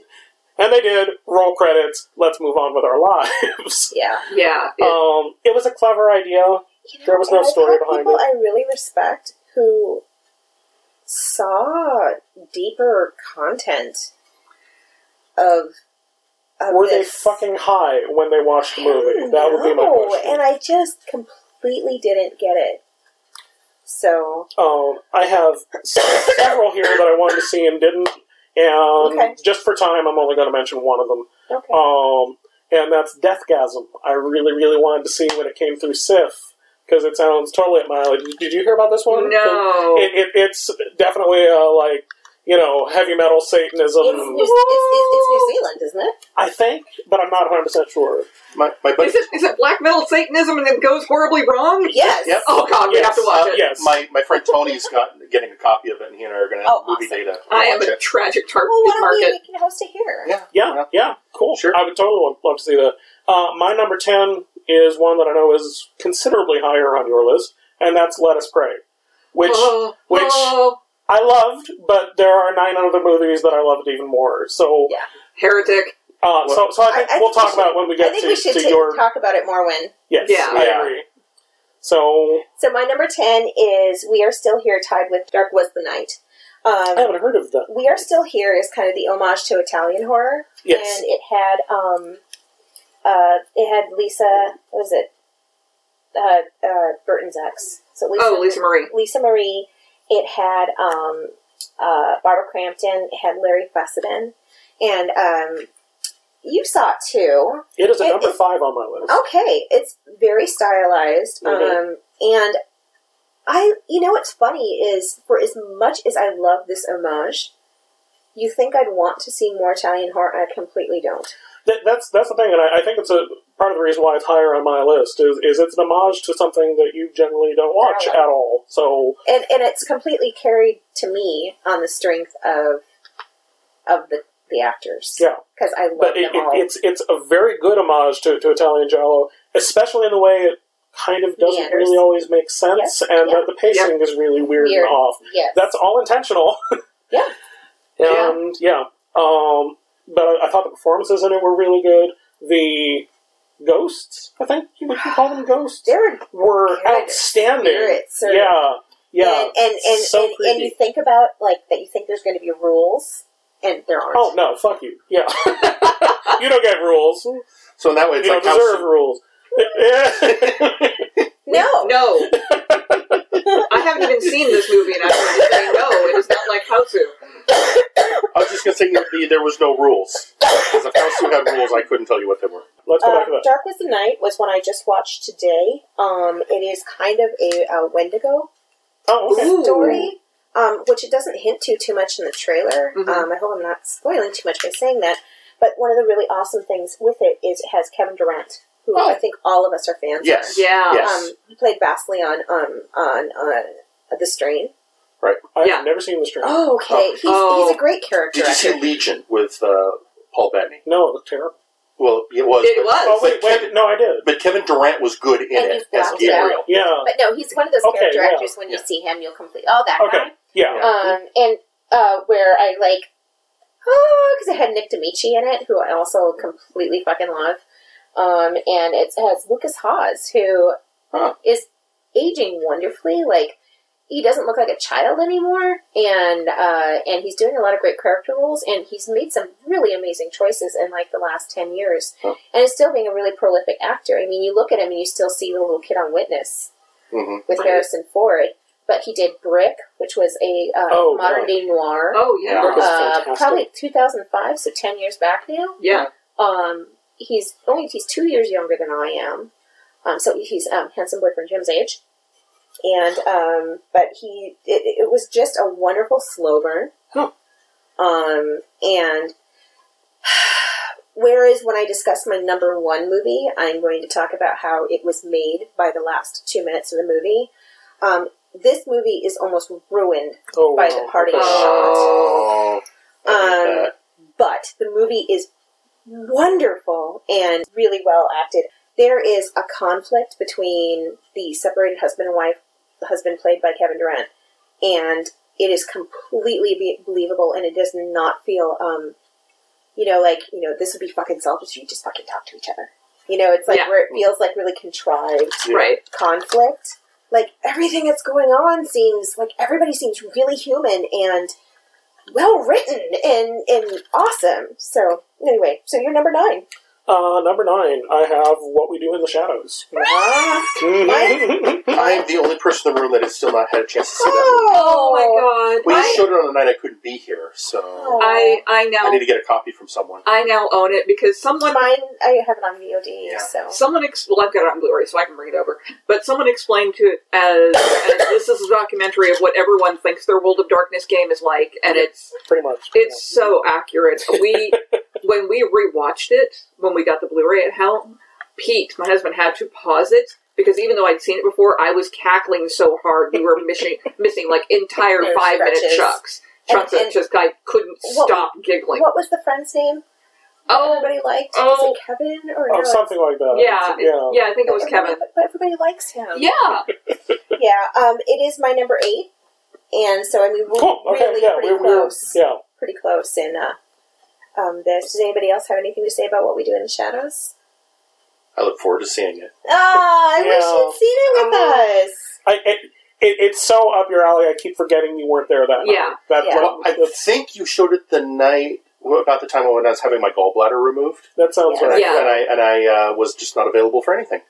G: and they did. Roll credits. Let's move on with our lives.
F: Yeah.
D: Yeah. it-
F: Oh,
G: Um, it was a clever idea.
F: You
G: There was no
F: and I've
G: story
F: had
G: behind
F: people
G: it.
F: I really respect who saw deeper content of. of
G: Were they
F: this.
G: fucking high when they watched the movie? That would be my
F: No,
G: question.
F: And I just completely didn't get it. So
G: Um, I have several here that I wanted to see and didn't, and
F: Okay.
G: just for time, I'm only going to mention one of them.
F: okay,
G: Um, and that's Deathgasm. I really, really wanted to see when it came through SIF because it sounds totally at my alley. Did you hear about this one?
D: No.
G: It, it, it's definitely uh, like you know heavy metal Satanism.
F: it's, New, it's, it's, it's New Zealand, isn't it?
G: I think, but I'm not 100 percent sure.
H: My, my buddy,
D: Is it is it black metal Satanism and it goes horribly wrong?
F: Yes.
H: Yep.
D: Oh god, we
G: Yes.
D: have to watch
G: Uh,
D: it.
G: yeah.
H: my my friend Tony's got getting a copy of it, and he and I are going to have
F: Oh,
H: movie
F: awesome.
H: data. to
D: I am
H: watch
D: a
H: it.
D: tragic target
F: Well, why don't we,
D: market.
F: we can host it here?
H: Yeah,
G: Yeah, yeah, cool.
H: Sure.
G: I would totally want, love to see that. Uh, my number 10 is one that I know is considerably higher on your list, and that's Let Us Pray, which
D: Oh,
G: which
D: oh,
G: I loved, but there are nine other movies that I loved even more. So,
F: Yeah.
D: heretic.
G: uh, so, so I think we'll
F: we
G: talk
F: should-
G: about it when we get
F: I think
G: to,
F: we should
G: to
F: ta-
G: your.
F: talk about it more when.
G: yes,
D: Yeah.
G: I
H: Yeah.
G: agree. So,
F: So my number ten is "We Are Still Here," tied with "Dark Was the Night."
G: I
F: Um,
G: haven't heard of that.
F: "We Are Still Here" is kind of the homage to Italian horror,
G: Yes.
F: and it had um, uh, it had Lisa. What was it? Uh, uh, Burton's ex. So Lisa,
D: Oh, Lisa Marie.
F: Lisa Marie. It had um, uh, Barbara Crampton. It had Larry Fessenden, and um, you saw it too.
G: It is a
F: it- Oh.
G: number
F: it-
G: five on my list.
F: Okay, it's very stylized, um,
G: Mhm.
F: and I, you know, what's funny is for as much as I love this homage, you think I'd want to see more Italian horror, and I completely don't.
G: That, that's that's the thing, and I, I think it's a part of the reason why it's higher on my list is is it's an homage to something that you generally don't watch
F: Don't like.
G: at all. So
F: And and it's completely carried to me on the strength of of the the actors.
G: yeah,
F: because I love
G: but
F: them
G: it, it,
F: all.
G: it's it's a very good homage to, to Italian Giallo, especially in the way it kind of doesn't
F: Meanders.
G: really always make sense,
F: Yes,
G: and
F: yeah.
G: that the pacing is really weird,
F: Weird.
G: and off.
F: yes.
G: That's all intentional.
F: Yeah.
G: and yeah, um, but I, I thought the performances in it were really good. The ghosts, I think you would you call them ghosts.
F: They're
G: were
F: Good
G: outstanding.
F: spirits or-
G: yeah, yeah.
F: and and and,
G: so
F: and, and you
G: creepy.
F: think about like that. You think there's going to be rules, and there aren't.
G: oh no, fuck you. Yeah, you don't get rules. You
H: So in that way, it's
G: don't
H: like how
G: deserve rules. Yeah.
F: no,
D: No. I haven't even seen this movie and I'm going to say no, it is not like Houtsu.
H: I was just going to say the, there was no rules because if House had rules, I couldn't tell you what they were.
G: Let's go
F: Um,
G: back to that.
F: Dark was the Night was one I just watched today. Um, it is kind of a, uh Wendigo
G: Oh, okay.
D: Ooh.
F: story, um, which it doesn't hint to too much in the trailer.
G: Mm-hmm.
D: Mhm.
F: Um, I hope I'm not spoiling too much by saying that. But one of the really awesome things with it is it has Kevin Durant, who
G: Oh.
F: I think all of us are fans
H: Yes,
F: of.
D: Yeah.
H: yes.
F: Um, he played Vastly on um, on uh, The Strain.
G: I've
D: yeah.
G: never seen this trailer.
F: Oh, okay. He's,
D: Oh.
F: he's a great character.
H: Did you
F: actor.
H: see Legion with uh, Paul Bettany?
G: No, it looked terrible.
H: Well, it was.
D: It
H: but-
D: was.
G: Oh wait,
H: But Kevin,
G: wait, no, I did.
H: but Kevin Durant was good in
F: And
H: it
F: you
H: as
F: blacked it
H: Gabriel.
G: Yeah,
F: But no, he's one of those
G: Okay,
F: character
G: yeah.
F: actors. When
H: Yeah.
F: you see him, you'll completely oh that
G: Okay.
F: guy.
G: yeah.
F: Um, and uh, where I like, oh, because it had Nick D'Amici in it, who I also completely fucking love. Um, and it has Lucas Haas, who is
H: Huh.
F: aging wonderfully. Like he doesn't look like a child anymore, and uh, and he's doing a lot of great character roles, and he's made some really amazing choices in like the last ten years,
H: Huh.
F: and is still being a really prolific actor. I mean, you look at him and you still see the little kid on Witness
H: Mhm.
F: with Harrison Ford, but he did Brick, which was a uh,
G: Oh,
F: modern
G: right.
F: day noir.
D: Oh yeah.
H: Yeah.
F: Uh,
G: fantastic.
F: probably 2005, so 10 years back now.
D: Yeah.
F: Um, he's only he's two years younger than I am, um, so he's um, handsome boyfriend Jim's age. And um, but he it, it was just a wonderful slow burn.
G: Huh.
F: Um, and whereas when I discuss my number one movie, I'm going to talk about how it was made by the last two minutes of the movie. Um, this movie is almost ruined
G: Oh,
F: by
G: wow.
F: the party shot.
H: Oh, I hate
F: Um,
H: that.
F: But the movie is wonderful and really well acted. There is a conflict between the separated husband and wife, the husband played by Kevin Durant, and it is completely be- believable and it does not feel, um, you know, like, you know, this would be fucking selfish if you just fucking talk to each other. You know, it's like
D: Yeah.
F: where it feels like really contrived
D: Right.
F: conflict. Like everything that's going on seems like everybody seems really human and well written and and awesome. So anyway, so you're number nine.
G: Uh, number nine, I have What We Do in the Shadows. Mm-hmm.
H: I am the only person in the room that has still not had a chance to see that.
D: Oh my god.
H: movie. We
D: I,
H: showed it on the night I couldn't be here, so
D: I I
H: I
D: now
H: need to get a copy from someone.
D: I now own it because someone
F: Mine, I have it on VOD.
H: Yeah.
F: So
D: Someone, ex- well, I've got it on Blu-ray, so I can bring it over. But someone explained to it as, as this is a documentary of what everyone thinks their World of Darkness game is like, and it's
G: Pretty much.
D: it's so accurate. We when we rewatched it when we got the Blu-ray at home, Pete, my husband, had to pause it because even though I'd seen it before, I was cackling so hard we were missing missing like entire
F: Nerve
D: five minute
F: stretches.
D: chucks. Chucks
F: And-
D: that
F: and-
D: just I couldn't
F: What-
D: stop giggling.
F: What was the friend's name?
D: oh
F: Everybody liked.
D: oh.
F: was it Kevin or
G: or
F: no,
G: something like that.
D: yeah,
G: yeah.
D: it- yeah, I think it was
F: everybody-
D: Kevin.
F: But, but everybody likes him.
D: Yeah.
F: Yeah, um, it is my number eight, and so I mean, we're
G: Cool. Okay.
F: really
G: yeah.
F: pretty
G: We're, we're
F: close.
G: yeah.
F: Pretty close in uh, um, this. Does anybody else have anything to say about what we do in the shadows?
H: I look forward to seeing it.
F: Ah, I wish
G: Yeah.
F: you'd seen it with us.
G: I, it, it, it's so up your alley. I keep forgetting you weren't there that night.
D: Yeah.
G: That,
F: Yeah.
G: well,
H: I think you showed it the night well, about the time when I was having my gallbladder removed,
G: that sounds
F: Yeah.
G: right.
D: Yeah.
H: and I and I uh, was just not available for anything.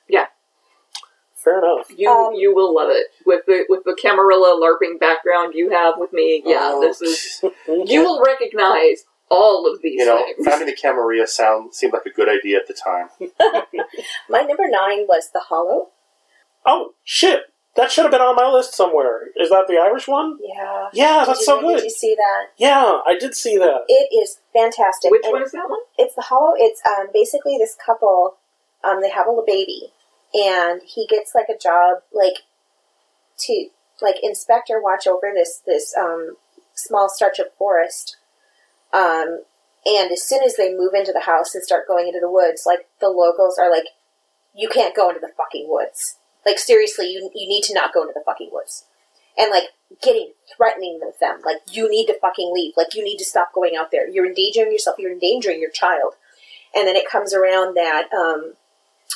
G: Fair enough.
D: You
F: Um,
D: you will love it with the with the Camarilla LARPing background you have with me. Yeah,
H: Oh.
D: this is you will recognize all of these
H: You know,
D: things.
H: founding the Camarilla sound seemed like a good idea at the time.
F: My number nine was The Hollow.
G: Oh shit! That should have been on my list somewhere. Is that the Irish one?
F: Yeah,
G: Yeah,
F: Did
G: that's
F: you-
G: so
F: Did
G: good.
F: you see that?
G: Yeah, I did see that.
F: It is fantastic.
D: Which
F: and
D: one is that one?
F: It's the hollow. It's um, basically this couple. Um, they have a little baby, and he gets like a job, like to like inspect or watch over this this um, small stretch of forest. Um, and as soon as they move into the house and start going into the woods, like the locals are like, "You can't go into the fucking woods. Like seriously, you you need to not go into the fucking woods." And like getting threatening with them. Like, you need to fucking leave. Like, you need to stop going out there. You're endangering yourself. You're endangering your child. And then it comes around that um,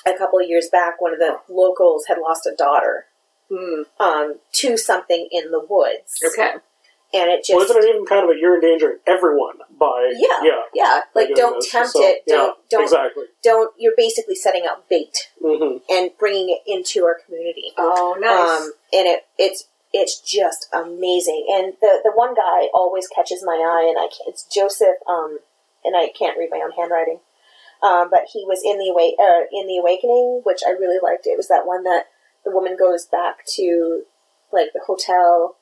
F: a couple of years back, one of the locals had lost a daughter
D: Hmm,
F: um, to something in the woods.
D: okay.
F: And it just.
G: Wasn't it even kind of a you're endangering everyone by
F: Yeah.
G: yeah
F: yeah.
G: by
F: Like,
G: doing
F: don't
G: this.
F: tempt
G: So,
F: it. Don't,
G: yeah,
F: don't,
G: exactly.
F: don't. You're basically setting up bait
G: hmm
F: and bringing it into our community.
D: Oh, nice.
F: Um, and it it's it's just amazing. And the the one guy always catches my eye, and I can't, it's Joseph. Um, and I can't read my own handwriting. Um, but he was in the awake uh, in the awakening, which I really liked. It was that one that the woman goes back to, like the hotel,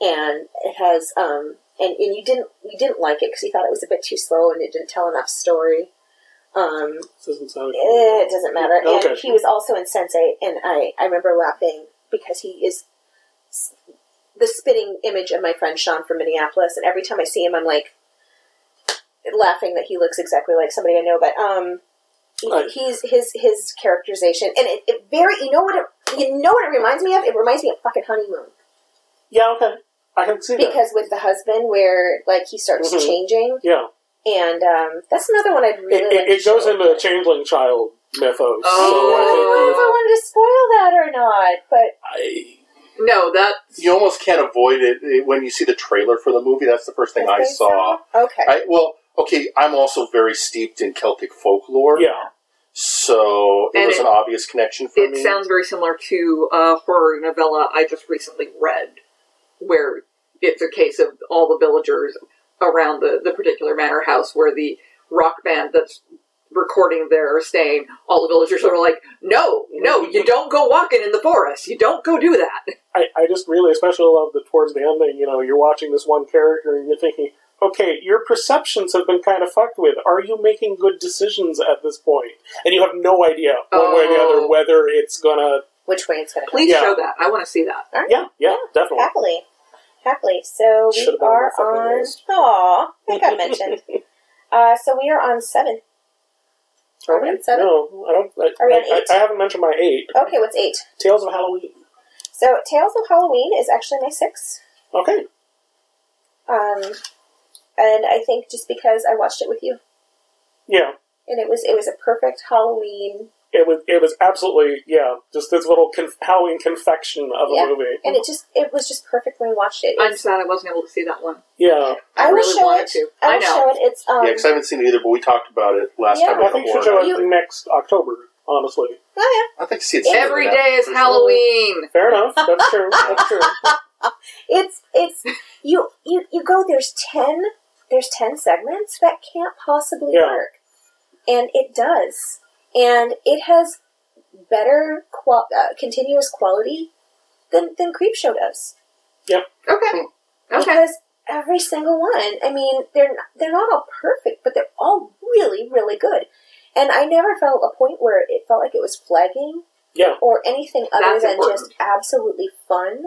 F: and it has um and, and you didn't you didn't like it because you thought it was a bit too slow and it didn't tell enough story. Um,
G: This doesn't sound.
F: Eh, it doesn't matter.
G: Okay.
F: And he was also in Sensei, and I, I remember laughing because he is s- the spitting image of my friend Sean from Minneapolis, and every time I see him, I'm like laughing that he looks exactly like somebody I know. But um, he-
G: Right.
F: he's his his characterization, and it, it very you know what it you know what it reminds me of? It reminds me of fucking honeymoon
G: Yeah. Okay. I can see that.
F: because with the husband where like he starts
G: Mhm.
F: changing,
G: Yeah.
F: and um, that's another one I'd really
G: It,
F: like
G: it,
F: to
G: it goes
F: show.
G: into the changeling child mythos.
F: I don't know if I
D: Oh.
F: wanted to spoil that or not, but
H: I,
D: no, that
H: you almost can't avoid it eh, when you see the trailer for the movie. That's the first thing I saw.
F: Okay.
H: I, well, okay, I'm also very steeped in Celtic folklore.
G: So, yeah.
H: So it
D: And
H: was
D: it-
H: an obvious connection for
D: it
H: me.
D: sounds very similar to a horror novella I just recently read, where it's a case of all the villagers around the, the particular manor house where the rock band that's recording there are saying all the villagers are like, No, no, you don't go walking in the forest. You don't go do that.
G: I, I just really especially love that towards the ending, you know, you're watching this one character and you're thinking, okay, your perceptions have been kind of fucked with. Are you making good decisions at this point? And you have no idea, one way or the
D: Oh.
G: other, whether it's gonna.
F: Which way it's going to go?
D: Please
G: Yeah.
D: show that. I want to see that.
G: Yeah, yeah, definitely.
F: Happily. Happily. So we
G: Should've been on
F: are
G: my fucking
F: on.
G: list.
F: Aw, I got mentioned. Uh, so we are on seven. Are we on seven?
G: No, I don't. I,
F: Are we on
G: I- I-
F: eight?
G: I haven't mentioned my eight.
F: Okay, what's eight?
G: Tales of Halloween.
F: So Tales of Halloween is actually my six.
G: Okay.
F: Um, and I think just because I watched it with you,
G: Yeah.
F: and it was it was a perfect Halloween,
G: It was. It was absolutely. Yeah. Just this little conf- Halloween confection of a
F: Yeah.
G: movie.
F: and it just it was just perfect when we watched it.
D: I'm sad I wasn't able to see that one.
G: yeah.
D: I
F: will
D: really
F: show
D: wanted
F: it.
D: to.
F: I will
D: I know.
F: show it. It's um.
H: yeah, because I haven't seen it either, but we talked about it last
F: Yeah.
H: time.
G: I
H: we
G: think you
H: were
G: should show
H: on.
G: it
F: You-
G: next October. Honestly.
F: oh, yeah.
H: I'd like to see it. sooner
D: Every
H: than that.
D: day is Halloween.
G: Fair enough. That's true. That's true.
F: it's it's you you you go there's 10 there's 10 segments that can't possibly
G: Yeah.
F: work and it does and it has better qual- uh, continuous quality than than creepshow does
D: Okay. Okay.
F: because Every single one. I mean, they're not, they're not all perfect, but they're all really, really good. And I never felt a point where it felt like it was flagging
G: Yeah.
F: or anything other
D: That's
F: than
D: important.
F: just absolutely fun.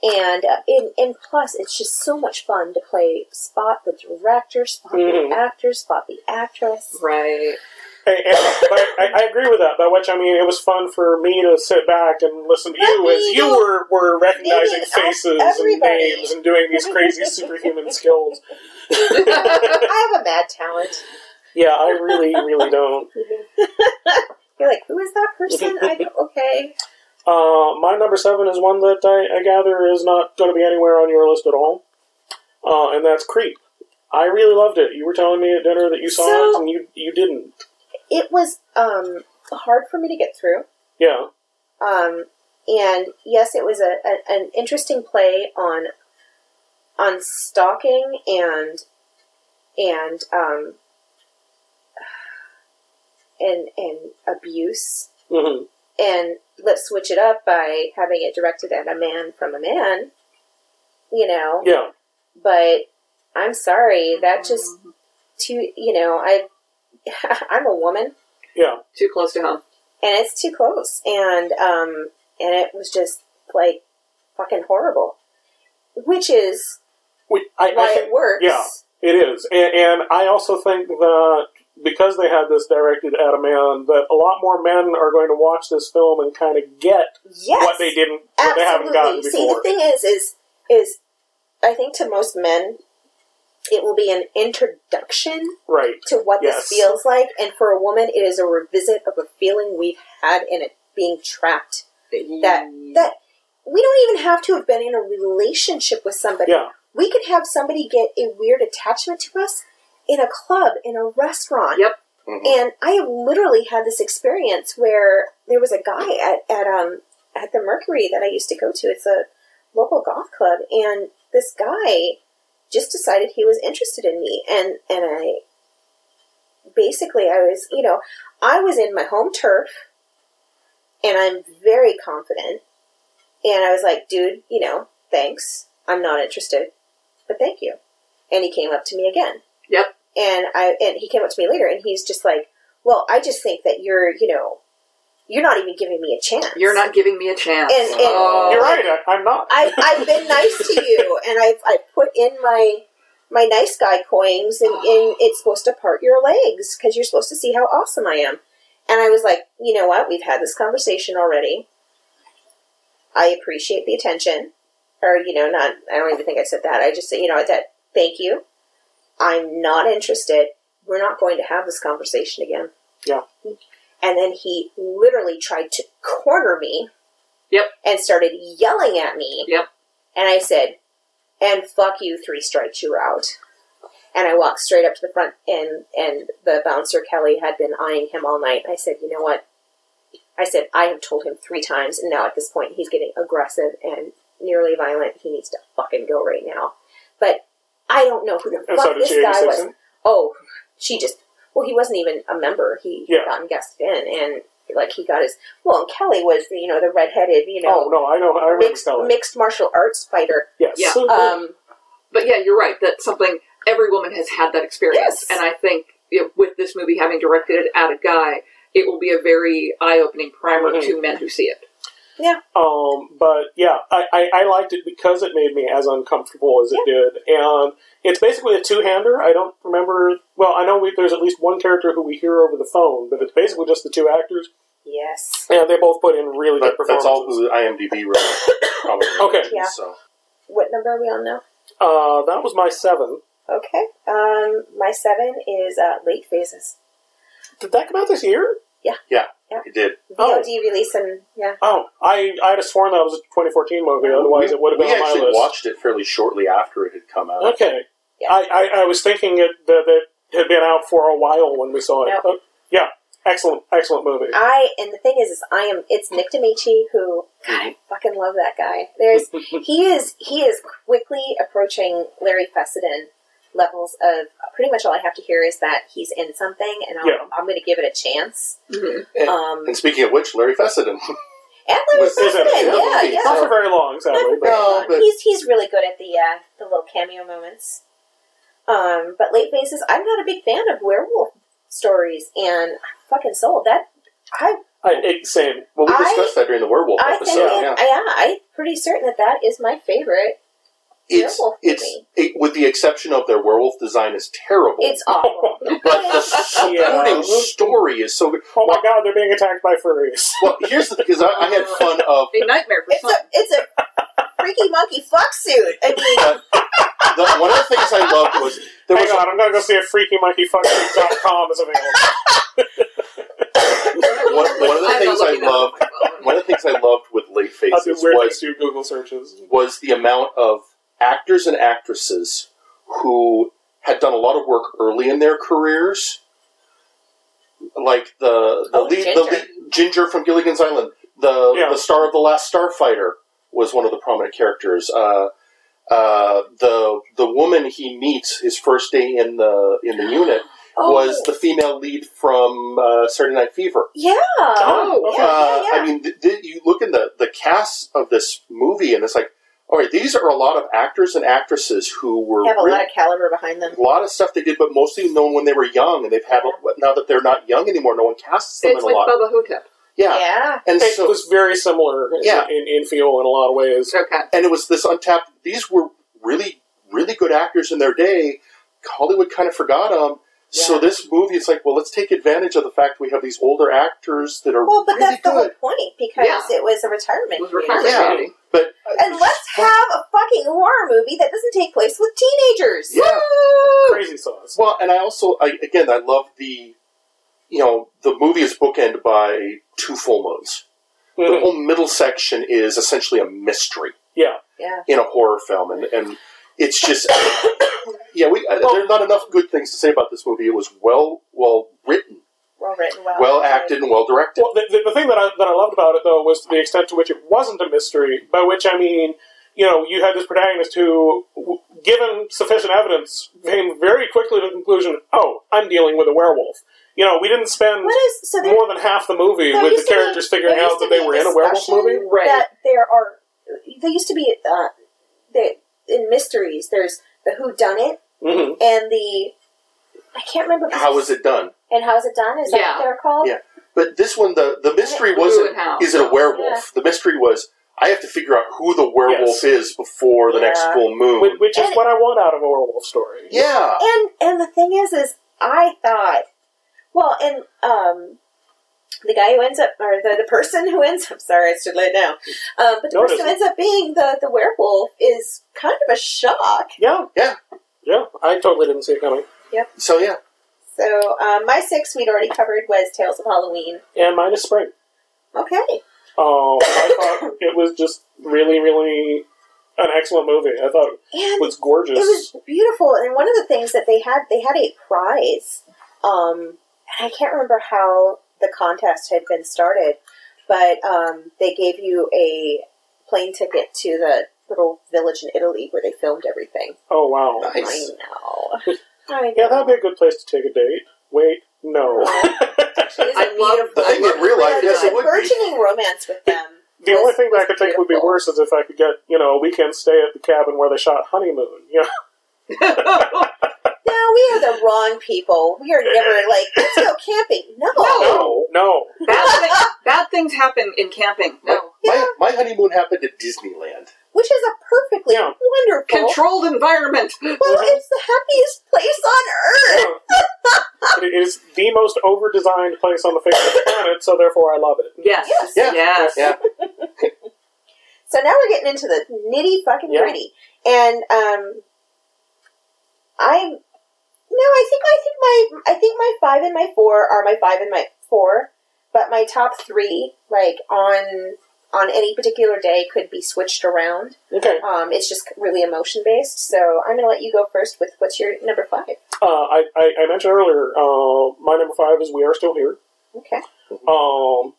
F: And, uh, and and plus, it's just so much fun to play spot the director, spot
G: Mhm.
D: Mm-hmm.
F: the actor, spot the actress.
D: Right.
G: And, and, but I, I agree with that. By which I mean it was fun for me to sit back and listen to you
F: Let
G: as
F: me
G: you
F: do-
G: were, were recognizing
F: Meeting
G: faces and
F: everybody.
G: names and doing these crazy superhuman skills.
F: I have a mad talent.
G: Yeah, I really, really don't.
F: You're like, who is that person? I don't, okay.
G: Uh, my number seven is one that I, I gather is not going to be anywhere on your list at all, uh, and that's Creep. I really loved it. You were telling me at dinner that you saw
F: So-
G: it and you you didn't.
F: It was um, hard for me to get through.
G: Yeah,
F: Um, and yes, it was a, a, an interesting play on on stalking and and um, and and abuse
G: hmm
F: and let's switch it up by having it directed at a man from a man. You know,
G: yeah.
F: but I'm sorry that just too. You know, I I'm a woman
D: Too close to home.
F: and it's too close and um and it was just like fucking horrible which is
G: We, I, I
F: why
G: think-
F: it works
G: yeah. It is, and, and I also think that because they had this directed at a man, that a lot more men are going to watch this film and kind of get
F: yes
G: what they didn't, what
F: absolutely
G: they haven't gotten before.
F: see the thing is is is i think to most men it will be an introduction
G: right?
F: to what
G: Yes.
F: this feels like and for a woman it is a revisit of a feeling we've had in it being trapped that that we don't even have to have been in a relationship with somebody.
G: Yeah.
F: We could have somebody get a weird attachment to us in a club, in a restaurant.
D: Yep.
F: And I have literally had this experience where there was a guy at, at um at the Mercury that I used to go to. It's a local golf club and this guy just decided he was interested in me and and I basically I was, you know, I was in my home turf and I'm very confident. And I was like, dude, you know, thanks. I'm not interested, but thank you. And he came up to me again.
D: Yep.
F: And I and he came up to me later and he's just like, "Well, I just think that you're, you know, you're not even giving me a chance.
D: You're not giving me a chance.
F: And- and-
D: Oh.
G: You're right. I, I'm not.
F: I, I've been nice to you, and I've I put in my my nice guy coins, and, and it's supposed to part your legs because you're supposed to see how awesome I am. And I was like, you know what? We've had this conversation already. I appreciate the attention, or you know, not. I don't even think I said that. I just said, you know, that thank you. I'm not interested. We're not going to have this conversation again.
G: Yeah.
F: And then he literally tried to corner me.
D: Yep.
F: And started yelling at me.
D: Yep.
F: And I said, "And fuck you, three strikes, you're out." And I walked straight up to the front, and and the bouncer Kelly had been eyeing him all night. I said, "You know what?" I said, "I have told him three times, and now at this point, he's getting aggressive and nearly violent. He needs to fucking go right now." But I don't know who the
G: And
F: fuck
G: so did
F: this
G: Shady
F: guy was.
G: Simpson.
F: Oh, she just. Well, he wasn't even a member. He
G: Yeah.
F: got guested in, and like he got his. Well, and Kelly was you know the redheaded you know
G: Oh no, I know. I remember Mm-hmm.
F: mixed
G: Stella.
F: mixed martial arts fighter.
G: Yes.
D: Yeah,
F: Um,
D: but yeah, you're right. That's something every woman has had that experience,
F: Yes.
D: and I think you know, with this movie having directed it at a guy, it will be a very eye-opening primer
F: Mm-hmm.
G: Mhm.
D: to men who see it.
G: Um, but yeah, I, I, I liked it because it made me as uncomfortable as it did, and it's basically a two-hander. I don't remember. Well, I know we, there's at least one character who we hear over the phone, but it's basically just the two actors,
F: yes.
G: and they both put in really
H: That,
G: good performances.
H: that's all who IMDb wrote.
G: Okay.
F: Yeah.
H: So.
F: What number are we on now?
G: Uh, that was my seven.
F: Okay. Um, my seven is uh, late phases.
G: Did that come out this year?
H: He did.
G: Oh.
F: VOD release and yeah.
G: Oh, I I'd have sworn that was a 2014 movie. Otherwise, it would have
H: we
G: been on my
H: actually
G: list.
H: watched it fairly shortly after it had come out.
G: Okay.
F: Yeah.
G: I, I, I was thinking it, that it had been out for a while when we saw it.
F: Yep. Uh,
G: Oh, yeah, excellent, excellent movie.
F: I and the thing is, is I am. It's Nick DiMichi who. God, I fucking love that guy. There's he is he is quickly approaching Larry Fessenden levels of pretty much all I have to hear is that he's in something and I'm,
G: Yeah.
F: I'm going to give it a chance.
H: And,
F: Um,
H: and speaking of which, Larry Fessenden.
F: And Larry
H: Was- was that
F: Flanagan, yeah,
H: a terrible
F: yeah.
H: piece?
G: Not for very long, sadly. But
H: No, but-
F: he's he's really good at the uh, the little cameo moments. Um, but late phases, I'm not a big fan of werewolf stories, and I'm fucking sold that. I
G: I, it, same.
H: Well, we
F: I-
H: discussed that during the werewolf
F: I think
H: episode.
F: it-
H: yeah.
F: yeah, I'm pretty certain that that is my favorite.
H: it's
F: werewolf
H: it's
F: movie.
H: it, with the exception of their werewolf design is terrible.
F: It's awful.
H: but the supporting story is so good.
G: Oh my god, they're being attacked by furries.
H: Well, here's the because I, I had fun of
D: A nightmare for
F: It's
D: fun.
F: a it's a freaky monkey fuck suit. I mean,
H: the, one of the things I loved was there
G: Hang
H: was
G: on, I'm gonna go see if freakymonkeyfucksuit.com is available.
H: one, one of the
D: I'm
H: things
D: not
H: I
D: looking at
H: loved.
D: my phone.
H: One of the things I loved with late
G: I'll do
H: faces
G: weird things
H: was
G: to Google searches.
H: was the amount of actors and actresses who had done a lot of work early in their careers, like the the
F: Oh,
H: lead,
F: Ginger.
H: the lead, Ginger from Gilligan's Island, the
G: Yeah.
H: the star of the Last Starfighter was one of the prominent characters. Uh, uh, the the woman he meets his first day in the in the unit
F: Oh.
H: was the female lead from uh, Saturday Night Fever.
F: yeah.
G: Oh,
F: yeah,
H: Uh,
F: yeah, yeah.
H: I mean, th- th- you look in the, the cast of this movie, and it's like, all right, these are a lot of actors and actresses who were
F: have a
H: really-
F: lot of caliber behind them.
H: a lot of stuff they did, but mostly known when they were young, and they've had a, now that they're not young anymore, no one casts them
D: It's
H: in
D: like
H: a lot.
D: Bubba Hotep.
H: yeah.
F: Yeah.
H: and
G: It
H: so
G: was very similar in-
H: Yeah.
G: in, in feel in a lot of ways.
D: Okay.
H: and it was this untapped. These were really really good actors in their day. Hollywood kind of forgot them. So
F: Yeah.
H: this movie, it's like, well, let's take advantage of the fact we have these older actors that are
F: Well, but
H: really
F: that's the whole
H: good.
F: point because
D: Yeah.
F: it was a
D: It
F: retirement.
D: was
F: community.
D: retirement
H: Yeah.
D: community.
H: But uh,
F: And let's have a fucking horror movie that doesn't take place with teenagers.
H: yeah,
G: Crazy sauce.
H: Well, and I also, I, again, I love the, you know, the movie is bookended by two full moons. The
G: Mhm.
H: whole middle section is essentially a mystery
G: yeah.
F: Yeah.
H: in a horror film, and, and it's just, yeah, we, uh,
G: Well-
H: there are not enough good things to say about this movie. It was well, well written,
F: Well written, well,
H: well acted, and well directed.
G: Well, the, the, the thing that I, that I loved about it, though, was the extent to which it wasn't a mystery, by which I mean, you know, you had this protagonist who, w- given sufficient evidence, came very quickly to the conclusion, oh, I'm dealing with a werewolf. You know, we didn't spend
F: What is so there,
G: more than half the movie
F: there
G: with
F: used
G: the
F: to be-
G: characters figuring
F: there used
G: out
F: to
G: that they
F: be
G: were in a werewolf
F: discussion
G: movie?
D: Right.
F: That there are there used to be uh, there, in mysteries. There's the who done it
G: hmm
F: and the I can't remember
H: How was it done?
F: and how is it done? Is that
D: Yeah.
F: what they're called?
H: Yeah. But this one, the, the mystery
D: Who
H: wasn't,
D: and how.
H: is it a werewolf?
F: Yeah.
H: The mystery was, I have to figure out who the werewolf
G: Yes.
H: is before the next
F: Yeah.
H: full moon.
G: Which, which is
F: And-
G: what I want out of a werewolf story.
H: yeah.
F: And and the thing is, is I thought, well, and um, the guy who ends up, or the, the person who ends up, sorry, it's too late now, um, but the
G: No, it
F: person who ends
G: isn't.
F: up being the the werewolf is kind of a shock.
G: Yeah.
H: Yeah.
G: Yeah. I totally didn't see it coming.
H: So yeah,
F: So um, my six we'd already covered was Tales of Halloween.
G: And mine is spring.
F: Okay,
G: Oh, I thought it was just really, really an excellent movie. I thought it
F: and
G: was gorgeous.
F: it was beautiful. And one of the things that they had, they had a prize. Um, and I can't remember how the contest had been started, but um, they gave you a plane ticket to the little village in Italy where they filmed everything.
G: oh, wow.
H: Nice.
F: I know. I
G: Yeah,
F: know.
G: that'd be a good place to take a date. Wait, no.
F: It is
D: I
F: a
D: love
F: beautiful.
H: the thing in real life, yes, it would
F: The
H: be.
F: burgeoning romance with them.
G: the
F: was-
G: only thing that
F: was
G: I could think would be
F: beautiful.
G: worse is if I could get, you know, a weekend stay at the cabin where they shot Honeymoon. You know?
F: No, we are the wrong people. We are never like let's go camping. No,
G: No, no.
D: Bad, thing, bad things happen in camping. No.
H: My, my honeymoon happened at Disneyland.
F: which is a perfectly
G: Yeah.
F: wonderful.
D: Controlled environment.
F: Well, it's the happiest place on earth.
G: it is the most over designed place on the face of the planet, so therefore I love it.
D: Yes.
F: Yes.
H: Yeah.
D: Yes.
H: Yeah,
F: So now we're getting into the nitty fucking
G: Yeah.
F: gritty, and um, I'm no, I think I think my I think my five and my four are my five and my four, but my top three, like on on any particular day, could be switched around.
G: Okay.
F: Um, it's just really emotion based. So I'm gonna let you go first with what's your number five.
G: Uh, I, I, I mentioned earlier, uh, my number five is We Are Still Here.
F: Okay.
G: Um,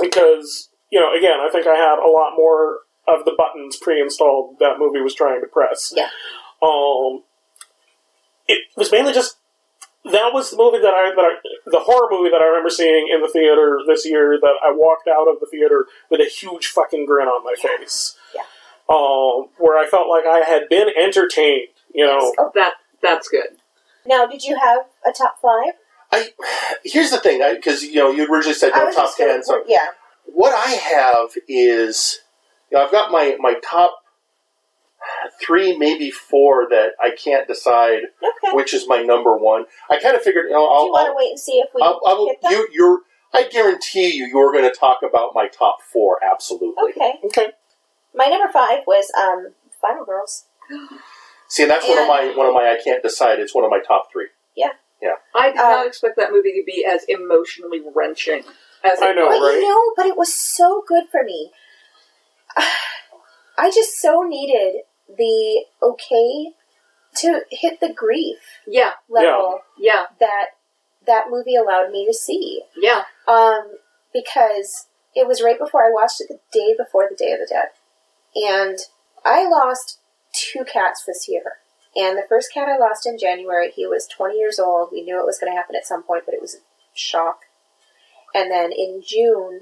G: because, you know, again, I think I had a lot more of the buttons pre installed that movie was trying to press.
F: Yeah.
G: Um, it was mainly just that was the movie that I that I, the horror movie that I remember seeing in the theater this year. That I walked out of the theater with a huge fucking grin on my face.
F: Yeah.
G: Um, where I felt like I had been entertained. You know,
F: Yes. Oh,
D: That that's good.
F: Now, did you have a top five?
H: I here's the thing, because you know you originally said
F: I
H: no
F: was
H: top
F: just gonna-
H: ten. So
F: yeah.
H: what I have is, you know, I've got my my top three, maybe four that I can't decide
F: Okay.
H: which is my number one. I kind of figured, you know,
F: Do you
H: I'll,
F: want to
H: I'll,
F: wait and see if we
H: I'll, I'll,
F: hit them?
H: you, you're, I guarantee you, you're going to talk about my top four absolutely.
F: okay.
G: okay,
F: My number five was um, Final Girls.
H: See, and that's one of my one of my I can't decide. It's one of my top three.
D: I did
F: Um,
D: not expect that movie to be as emotionally wrenching as
G: I
D: it
G: know,
F: But
D: was.
G: right?
F: you know, but it was so good for me. I just so needed the okay to hit the grief
D: Yeah,
F: level
D: yeah,
F: that that movie allowed me to see.
D: yeah.
F: Um, because it was right before I watched it the day before the Day of the Dead. And I lost two cats this year. And the first cat I lost in January, he was 20 years old. We knew it was going to happen at some point, but it was a shock. And then in June,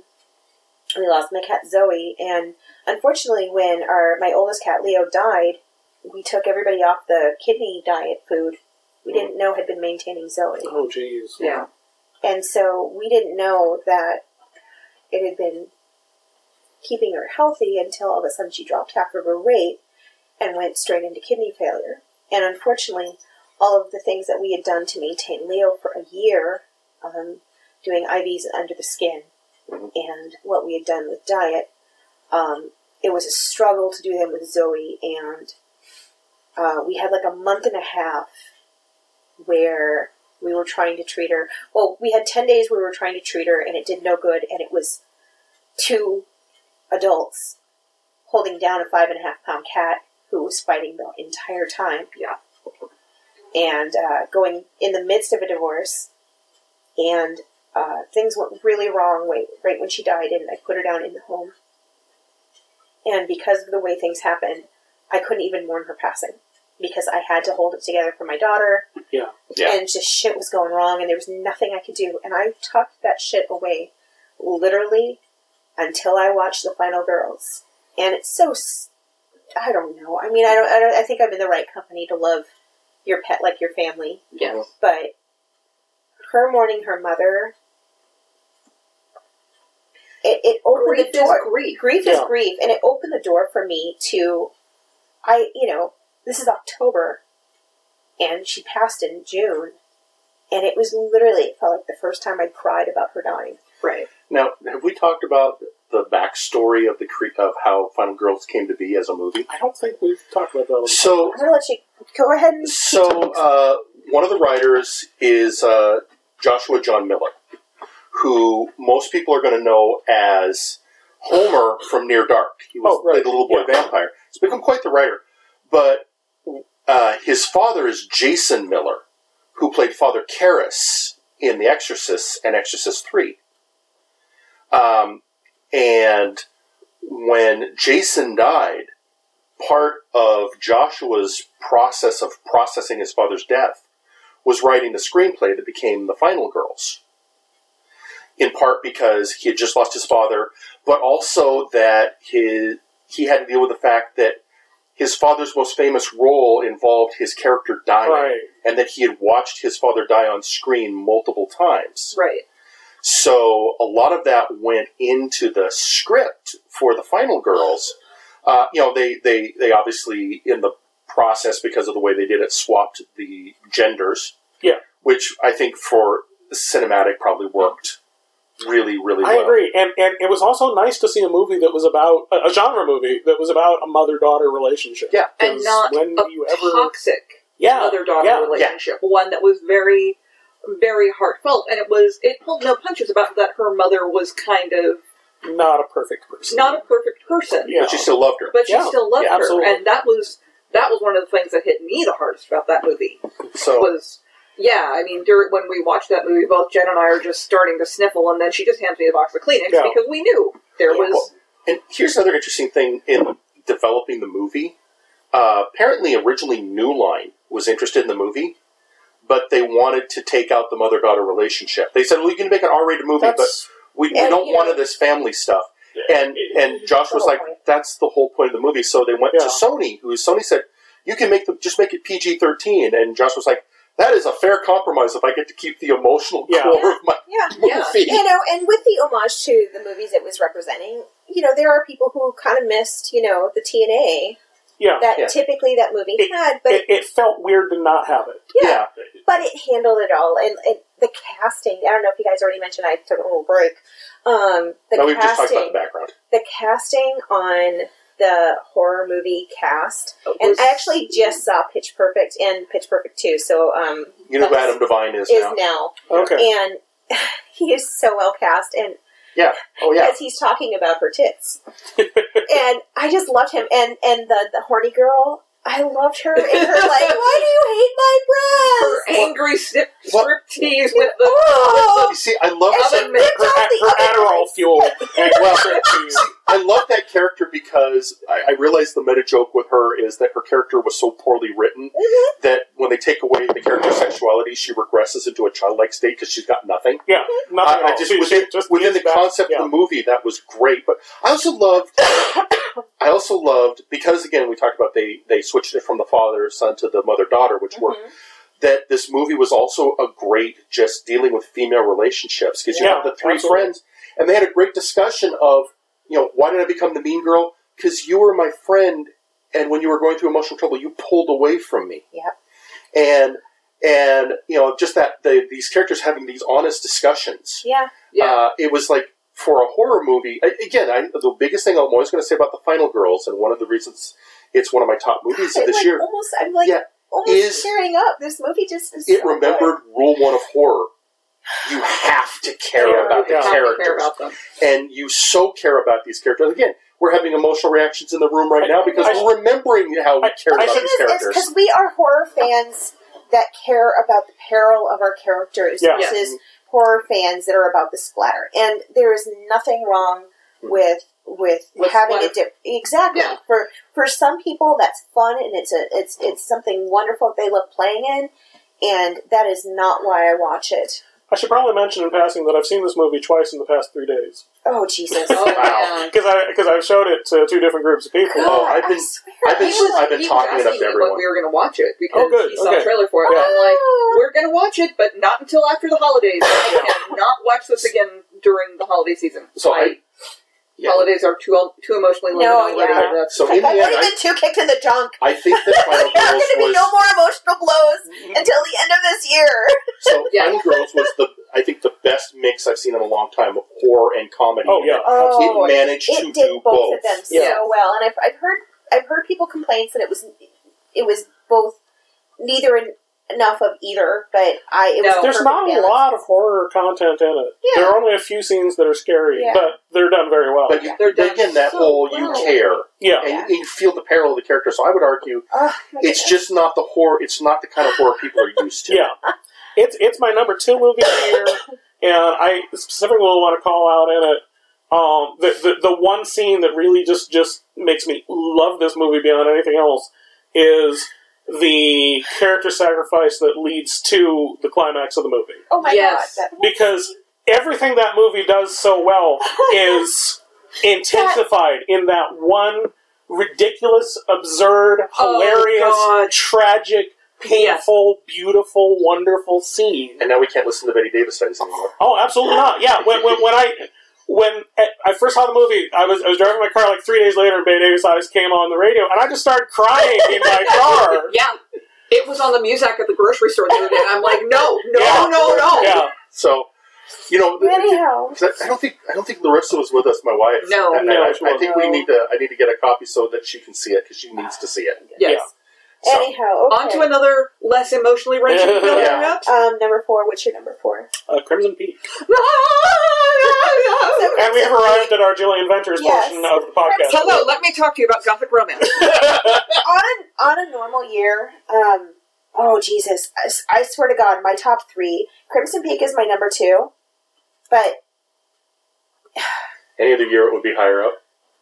F: we lost my cat Zoe. And unfortunately, when our my oldest cat Leo died, we took everybody off the kidney diet food we didn't know had been maintaining Zoe.
G: oh jeez,
D: Yeah.
F: And so we didn't know that it had been keeping her healthy until all of a sudden she dropped half of her weight and went straight into kidney failure. And unfortunately, all of the things that we had done to maintain Leo for a year, um, doing IVs under the skin, and what we had done with diet, um, it was a struggle to do them with Zoe. And uh, we had like a month and a half where we were trying to treat her. Well, we had 10 days we were trying to treat her, and it did no good, and it was two adults holding down a five and a half pound cat who was fighting the entire time.
D: Yeah.
F: And uh, going in the midst of a divorce, and uh, things went really wrong right, right when she died, and I put her down in the home. And because of the way things happened, I couldn't even mourn her passing because I had to hold it together for my daughter
G: yeah.
H: Yeah.
F: and just shit was going wrong and there was nothing I could do and I tucked that shit away literally until I watched the final girls and it's so s- I don't know I mean I don't I, don't, I think I'm in the right company to love your pet like your family
D: Yes.
F: but her mourning her mother it, it opened
D: Grief
F: the
D: is
F: door
D: grief.
F: grief is
G: Yeah.
F: grief and it opened the door for me to i you know this is october and she passed in june and it was literally it felt like the first time i cried about her dying
D: Right.
H: Now, have we talked about the backstory of the cre- of how Final Girls came to be as a movie?
G: I don't think we've talked about that. on the
H: So
F: i'm gonna let you go ahead and
H: So, uh, one of the writers is uh, Joshua John Miller, who most people are going to know as Homer from Near Dark. He was
G: Oh, right.
H: played the little boy
G: Yeah.
H: vampire. He's become quite the writer. But uh, his father is Jason Miller, who played Father Karras in The Exorcist and Exorcist 3. Um, and when Jason died, part of Joshua's process of processing his father's death was writing the screenplay that became The Final Girls. In part because he had just lost his father, but also that his, he had to deal with the fact that his father's most famous role involved his character dying,
G: Right.
H: and that he had watched his father die on screen multiple times.
D: Right.
H: So a lot of that went into the script for the final girls. Uh, you know, they, they, they obviously in the process because of the way they did it swapped the genders,
G: Yeah.
H: which I think for cinematic probably worked really really
G: I
H: well.
G: agree, and and it was also nice to see a movie that was about a, a genre movie that was about a mother daughter relationship.
H: Yeah.
D: And
G: 'Cause
D: not
G: when
D: a
G: you ever
D: toxic
G: yeah,
D: mother-daughter
G: yeah,
D: relationship. One that was very, very heartfelt, and it was it pulled no punches about that. Her mother was kind of
G: not a perfect person.
D: not a perfect person,
G: Yeah.
H: But she still loved her.
D: but she
G: Yeah.
D: still loved
G: Yeah,
D: her,
G: absolutely.
D: and that was that was one of the things that hit me the hardest about that movie.
H: So
D: was yeah, I mean, during, when we watched that movie, both Jen and I are just starting to sniffle, and then she just hands me the box of Kleenex
G: Yeah.
D: because we knew there was
H: and here's another interesting thing in developing the movie. Uh, apparently, originally New Line was interested in the movie, but they wanted to take out the mother daughter relationship. They said, "Well, you can make an R rated movie, but
G: That's
H: we, we
F: And,
H: don't
F: you know-
H: want of this family stuff." And and Josh was
F: the
H: like,
F: whole point.
H: "That's the whole point of the movie." So they went
G: Yeah.
H: to Sony, who Sony said, "You can make the just make it PG 13 And Josh was like, "That is a fair compromise if I get to keep the emotional
G: Yeah.
H: core of my
F: yeah.
D: Yeah.
H: movie."
F: You know, and with the homage to the movies it was representing, you know, there are people who kind of missed, you know, the TNA
G: yeah.
F: that
H: Yeah.
F: typically that movie
G: It-
F: had, but
G: It, it felt weird to not have it.
F: yeah, but it handled it all, and, and the casting. I don't know if you guys already mentioned. I took a little break. Um, the
H: Now we've just talked about
F: casting,
H: the background.
F: the casting on the horror movie cast, and
D: Was-
F: I actually just saw Pitch Perfect and Pitch Perfect Two. So um,
H: You know who
F: that's-
H: Adam Devine is,
F: is
H: now.
F: now,
G: Okay.
F: and he is so well cast, and
H: Yeah. Oh yeah.
F: because he's talking about her tits. and I just loved him. And and the, the horny girl, I loved her. And her like, why do you hate my
D: Her
F: breasts?
D: angry strip
H: What?
D: striptease with the
F: oh,
H: You see, I love
F: and
H: that.
F: she ripped
G: Her,
F: off
G: her
F: the other
G: Adderall fuel. And
H: Well,
G: cheese.
H: I love that character because I, I realize the meta joke with her is that her character was so poorly written
F: Mhm.
H: that when they take away the character's sexuality, she regresses into a childlike state because she's got nothing.
G: Yeah, nothing
H: I,
G: at
H: I
G: all.
H: just
G: She-
H: within,
G: she just
H: within
G: is
H: the
G: back-
H: concept
G: yeah.
H: of the movie that was great, but I also loved. I also loved because again we talked about they they switched it from the father son to the mother daughter, which worked. That this movie was also a great just dealing with female relationships because you
G: Yeah,
H: have the three
G: absolutely.
H: friends and they had a great discussion of you know why did I become the mean girl because you were my friend and when you were going through emotional trouble you pulled away from me
F: Yep.
H: and and you know just that the, these characters having these honest discussions
F: Yeah,
D: yeah.
H: uh, it was like for a horror movie. I, again, I, the biggest thing I'm always going to say about the Final Girls, and one of the reasons it's one of my top movies
F: I'm
H: of this
F: like
H: year,
F: almost. I'm like
H: Yeah,
F: almost
H: is-
F: tearing up. This movie just is
H: it
F: so
H: remembered rule one of horror. You have to care
G: Yeah,
H: about the
G: yeah.
D: How they
H: characters,
D: care about them.
H: and you so care about these characters. Again, we're having emotional reactions in the room right now because
G: I-
H: we're remembering how we
G: I-
H: cared
G: I
H: about
G: should-
H: these characters.
F: because we are horror fans that care about the peril of our characters
G: Yeah.
F: versus horror fans that are about the splatter. And there is nothing wrong
H: Hmm.
F: with with,
D: With
F: having a
D: splatter.
F: dip exactly
D: Yeah.
F: for for some people that's fun and it's a it's it's something wonderful that they love playing in. And that is not why I watch it.
G: I should probably mention in passing that I've seen this movie twice in the past three days
F: Oh Jesus!
D: Oh, yeah.
G: because I because I've showed it to two different groups of people.
H: Oh,
F: God,
H: I've been-
F: I swear.
H: I've been-
D: he was,
H: I've been
D: he
H: talking
D: was
H: it up to
D: asking me
H: everyone.
D: when we were going to watch it because
G: Oh, good,
D: he saw
G: okay.
D: a trailer for it. And I'm like, we're going to watch it, but not until after the holidays. I cannot watch this again during the holiday season.
H: So I-
D: My
H: Yeah.
D: holidays are too too emotionally loaded
F: No,
D: already.
F: yeah.
D: That's-
H: So in the
F: I've
H: end,
F: already
H: I,
F: been two kicked in the junk.
H: I think that Final
F: There's going
H: Girls
F: to be
H: was
F: no more emotional blows until the end of this year.
H: so
D: Yeah.
H: Final Girls was the I think the best mix I've seen in a long time of horror and comedy.
G: Oh,
H: in
G: yeah.
H: it.
F: Oh,
H: it managed to
F: it did
H: do
F: both, of them
D: Yeah.
F: so well, and I've, I've heard I've heard people complain that it was it was both neither en- enough of either, but I it was
D: No.
F: a
G: There's
F: perfect
G: not a
F: balance.
G: lot of horror content in it.
F: Yeah.
G: There are only a few scenes that are scary,
F: Yeah.
G: but they're done very well.
H: But you,
D: They're
H: but
D: done
H: again, that
D: so
H: whole you
D: well.
H: care
G: yeah,
H: and, you- and you feel the peril of the character. So I would argue
F: Oh, my
H: it's
F: goodness.
H: just not the horror. It's not the kind of horror people are used to.
G: yeah. It's it's my number two movie of the year, and I specifically want to call out in it um, the, the the one scene that really just just makes me love this movie beyond anything else is the character sacrifice that leads to the climax of the movie.
F: oh my
D: Yes.
F: god that-
G: because everything that movie does so well is intensified in that one ridiculous, absurd,
D: Oh,
G: hilarious,
D: God.
G: tragic, painful, beautiful, wonderful scene.
H: And now we can't listen to Betty Davis studies anymore.
G: Oh, absolutely not. Yeah, when, when, when I when I first saw the movie, I was I was driving my car like three days later, and Bay Davis Eyes came on the radio, and I just started crying in my car.
D: yeah. It was on the Muzak at the grocery store the other day, and I'm like, no, no,
G: Yeah.
D: no, no.
G: Yeah,
H: So you know, the-
F: anyhow
H: 'cause I I don't think I don't think Larissa was with us, my wife.
D: No,
H: and,
G: no,
H: I,
G: she
H: I think we
F: wasn't.
H: need to I need to get a copy so that she can see it because she needs to see it.
D: Yes.
H: So,
F: anyhow okay.
D: On to another less emotionally wrenching
G: Yeah.
D: film,
H: Yeah.
D: perhaps?
F: um number four what's your number four
G: uh, Crimson Peak, and we have arrived at our Jillian Ventures
F: Yes.
G: portion of the podcast.
D: Hello, let me talk to you about gothic romance.
F: on a, on a normal year, um, oh Jesus, I, s- I swear to God, my top three. Crimson Peak is my number two, but
H: Any other year it would be higher up.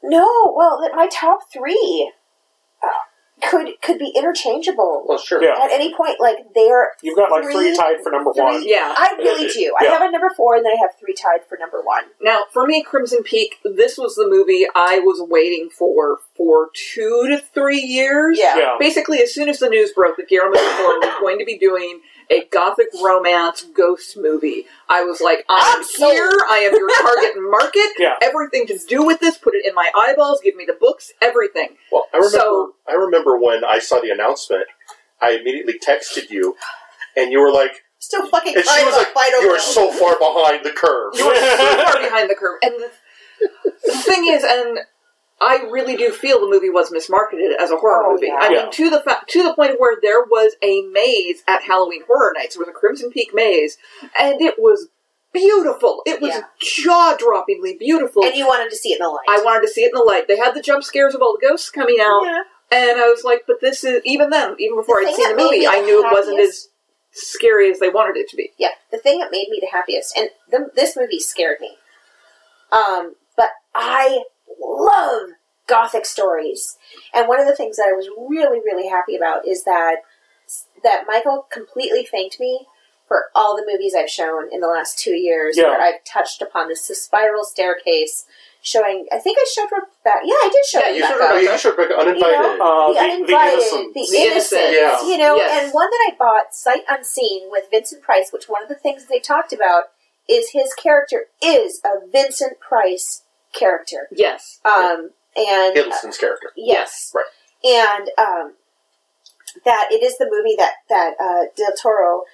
F: no, well, th- my top three. Uh, could could be interchangeable
H: Well, sure.
G: Yeah.
F: at any point. Like they're
G: You've got like three
F: Three-
G: tied for number
F: three.
G: one.
D: Yeah.
F: I really do. I
G: Yeah.
F: have a number four, and then I have three tied for number one.
D: Now, for me, Crimson Peak, this was the movie I was waiting for for two to three years.
F: Yeah.
G: Yeah.
D: Basically, as soon as the news broke that Guillermo del Toro was going to be doing a gothic romance ghost movie, I was like, I am
F: I'm sold.
D: here. I am your target market.
G: Yeah.
D: Everything to do with this, put it in my eyeballs, give me the books, everything.
H: Well, I remember.
D: So-
H: I remember when I saw the announcement. I immediately texted you, and you were like,
F: Still fucking
H: and she
F: fight
H: was
F: over
H: like,
F: fight over
H: "You are
F: them.
H: so far behind the curve."
D: You are so far behind the curve. And the, the thing is, and I really do feel the movie was mismarketed as a horror
F: Oh,
D: movie.
F: yeah.
D: I
G: Yeah.
D: mean, to the fa- to the point where there was a maze at Halloween Horror Nights. It was a Crimson Peak maze, and it was beautiful. It was
F: Yeah.
D: jaw droppingly beautiful.
F: and you wanted to see it in the light.
D: I wanted to see it in the light. They had the jump scares of all the ghosts coming out,
F: Yeah.
D: and I was like, "But this is even then, even before
F: The
D: I'd
F: thing
D: seen the
F: that made
D: movie,
F: me
D: I knew it wasn't as
F: happiest-
D: scary as they wanted it to be."
F: Yeah, the thing that made me the happiest, and th- this movie scared me. Um, but I love gothic stories, and one of the things that I was really, really happy about is that that Michael completely thanked me for all the movies I've shown in the last two years
G: Yeah.
F: where I've touched upon this, spiral staircase. Showing, I think I showed Rebecca. Yeah, I did show
D: Yeah, you showed
F: Rebecca.
H: Oh, you should pick
F: You know,
H: uninvited.
G: Uh,
F: the
G: the- the
F: uninvited, the
G: innocent.
F: innocent,
D: The innocent.
H: Yeah.
F: you know,
D: Yes.
F: and one that I bought sight unseen with Vincent Price, which one of the things they talked about is his character is a Vincent Price character.
D: Yes.
F: Um, and
H: Hiddleston's character.
F: yes,
H: Right.
F: and um, that it is the movie that that uh, Del Toro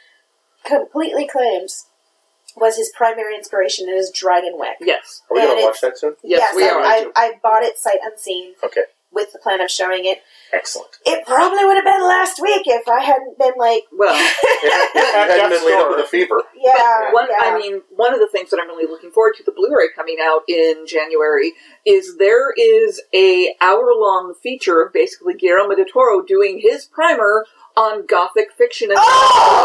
F: completely claims was his primary inspiration and is Dragonwick.
D: yes.
H: Are we
F: And
H: going to watch
F: it's-
H: that soon?
D: Yes, we
F: I,
D: are.
F: I, I bought it sight unseen
H: Okay.
F: with the plan of showing it.
H: Excellent.
F: It probably would have been last week if I hadn't been like,
D: Well,
H: If you hadn't been laid up with a fever.
F: yeah.
D: one,
F: yeah.
D: I mean, one of the things that I'm really looking forward to the Blu-ray coming out in January is there is a hour-long feature of basically Guillermo del Toro doing his primer on gothic fiction and
F: Oh!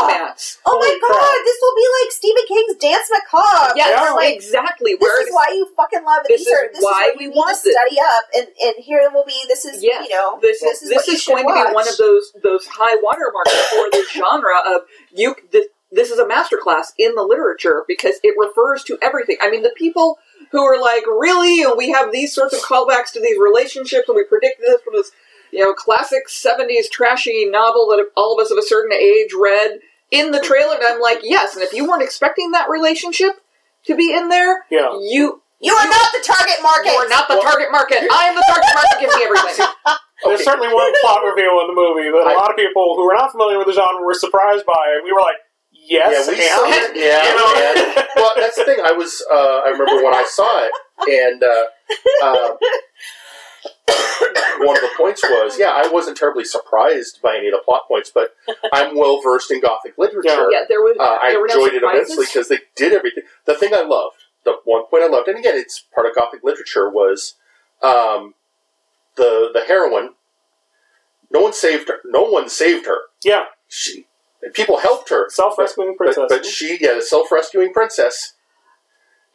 D: gothic romance.
F: Oh my
G: Holy
F: god,
G: crap.
F: this will be like Stephen King's Dance Macabre.
D: Yes,
F: It's like,
D: exactly.
F: This
D: where
F: is
D: it's-
F: why you fucking love it.
D: This
F: These
D: is
F: are- this
D: why
F: what
D: we
F: you need
D: want
F: to
D: it.
F: study up, and, and here will be this is
D: Yes,
F: you know
D: this
F: this
D: is
F: is
D: this
F: what you
D: is
F: should
D: going to be
F: watch.
D: one of those those high watermarks for the genre of you. This, this is a masterclass in the literature because it refers to everything. I mean, the people who are like, really, and we have these sorts of callbacks to these relationships, and we predicted this from this, you know, classic '70s trashy novel that all of us of a certain age read in the trailer. And I'm like, yes. And if you weren't expecting that relationship to be in there,
G: Yeah.
D: you
F: You are not the target market.
D: you are not the target market. I am the target market. Give me everything.
G: There's certainly one plot reveal in the movie that a
H: I-
G: lot of people who were not familiar with the genre were surprised by, and we were like, "Yes,
H: yeah, we
G: and?
H: saw it. Yeah, man. Well, that's the thing. I was. Uh, I remember when I saw it, and uh, uh, one of the points was, yeah, I wasn't terribly surprised by any of the plot points, but I'm well versed in Gothic literature.
D: Yeah, there was.
H: Uh, I
D: there were no
H: enjoyed it
D: surprises.
H: immensely because they did everything. The thing I loved, the one point I loved, and again, it's part of Gothic literature, was um, the the heroine. No one saved her. No one saved her.
G: yeah,
H: She people helped her.
G: self-rescuing
H: But,
G: princess."
H: but she, yeah, the self rescuing princess.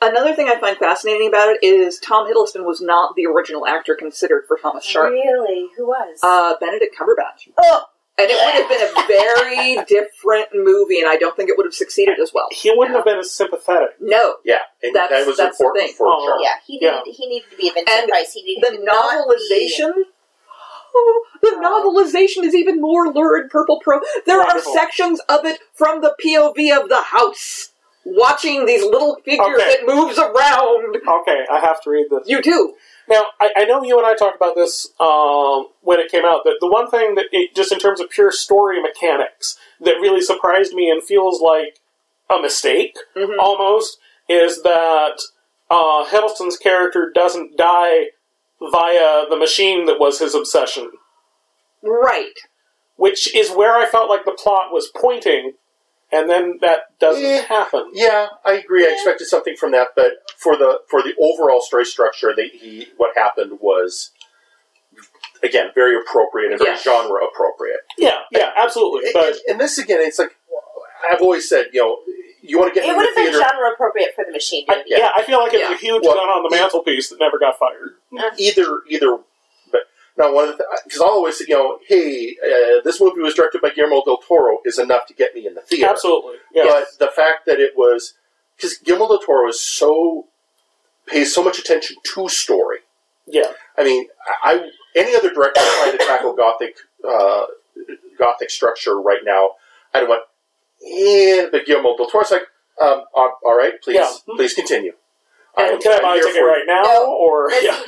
D: Another thing I find fascinating about it is Tom Hiddleston was not the original actor considered for Thomas Sharp.
F: Really, who was?
D: Uh, Benedict Cumberbatch.
F: oh,
D: And it would have been a very different movie, and I don't think it would have succeeded as well.
G: he wouldn't have been as sympathetic.
D: No.
H: Yeah, and
D: That's-
H: that was
D: that's the
H: important
D: thing.
H: for
G: Oh.
H: her.
F: yeah, he
G: Yeah.
F: needed he needed to be a Vincent
D: And
F: Price. He needed
D: The
F: to not
D: novelization. Oh, the novelization is even more lurid, Purple Pro. There
G: Wonderful.
D: are sections of it from the POV of the house, watching these little figures
G: Okay.
D: that moves around.
G: Okay, I have to read this.
D: You too.
G: Now, I, I know you and I talked about this um, when it came out. That the one thing that, it, just in terms of pure story mechanics, that really surprised me and feels like a mistake
H: Mm-hmm.
G: almost is that uh, Hiddleston's character doesn't die via the machine that was his obsession,
D: Right.
G: which is where I felt like the plot was pointing, and then that doesn't
H: Eh.
G: happen.
H: Yeah, I agree. I expected something from that, but for the for the overall story structure, they, he what happened was again very appropriate and very
D: Yes.
H: genre appropriate.
G: Yeah, yeah, absolutely.
H: And,
G: But
H: and this again, it's like I've always said, you know, you want to get
F: It
H: into
F: would
H: the
F: have been
H: theater.
F: genre appropriate for the machine.
D: Uh,
G: I,
F: Maybe.
G: yeah. I feel like it was a huge
H: Well,
G: gun on the mantelpiece that never got fired.
H: either either but Now, one of the because I'll always say, you know, hey, uh, this movie was directed by Guillermo del Toro is enough to get me in the theater.
G: Absolutely. Yeah.
H: But the fact that it was because Guillermo del Toro is so pays so much attention to story.
G: yeah.
H: I mean, I I- any other director trying to tackle gothic uh, gothic structure right now, I'd have went, eh, but Guillermo del Toro's like, um, uh, all right, please,
G: Yeah.
H: please continue.
G: And Uh, can I buy a
H: here
G: ticket
H: for
G: right
H: you.
G: now?
F: No.
G: Or yeah.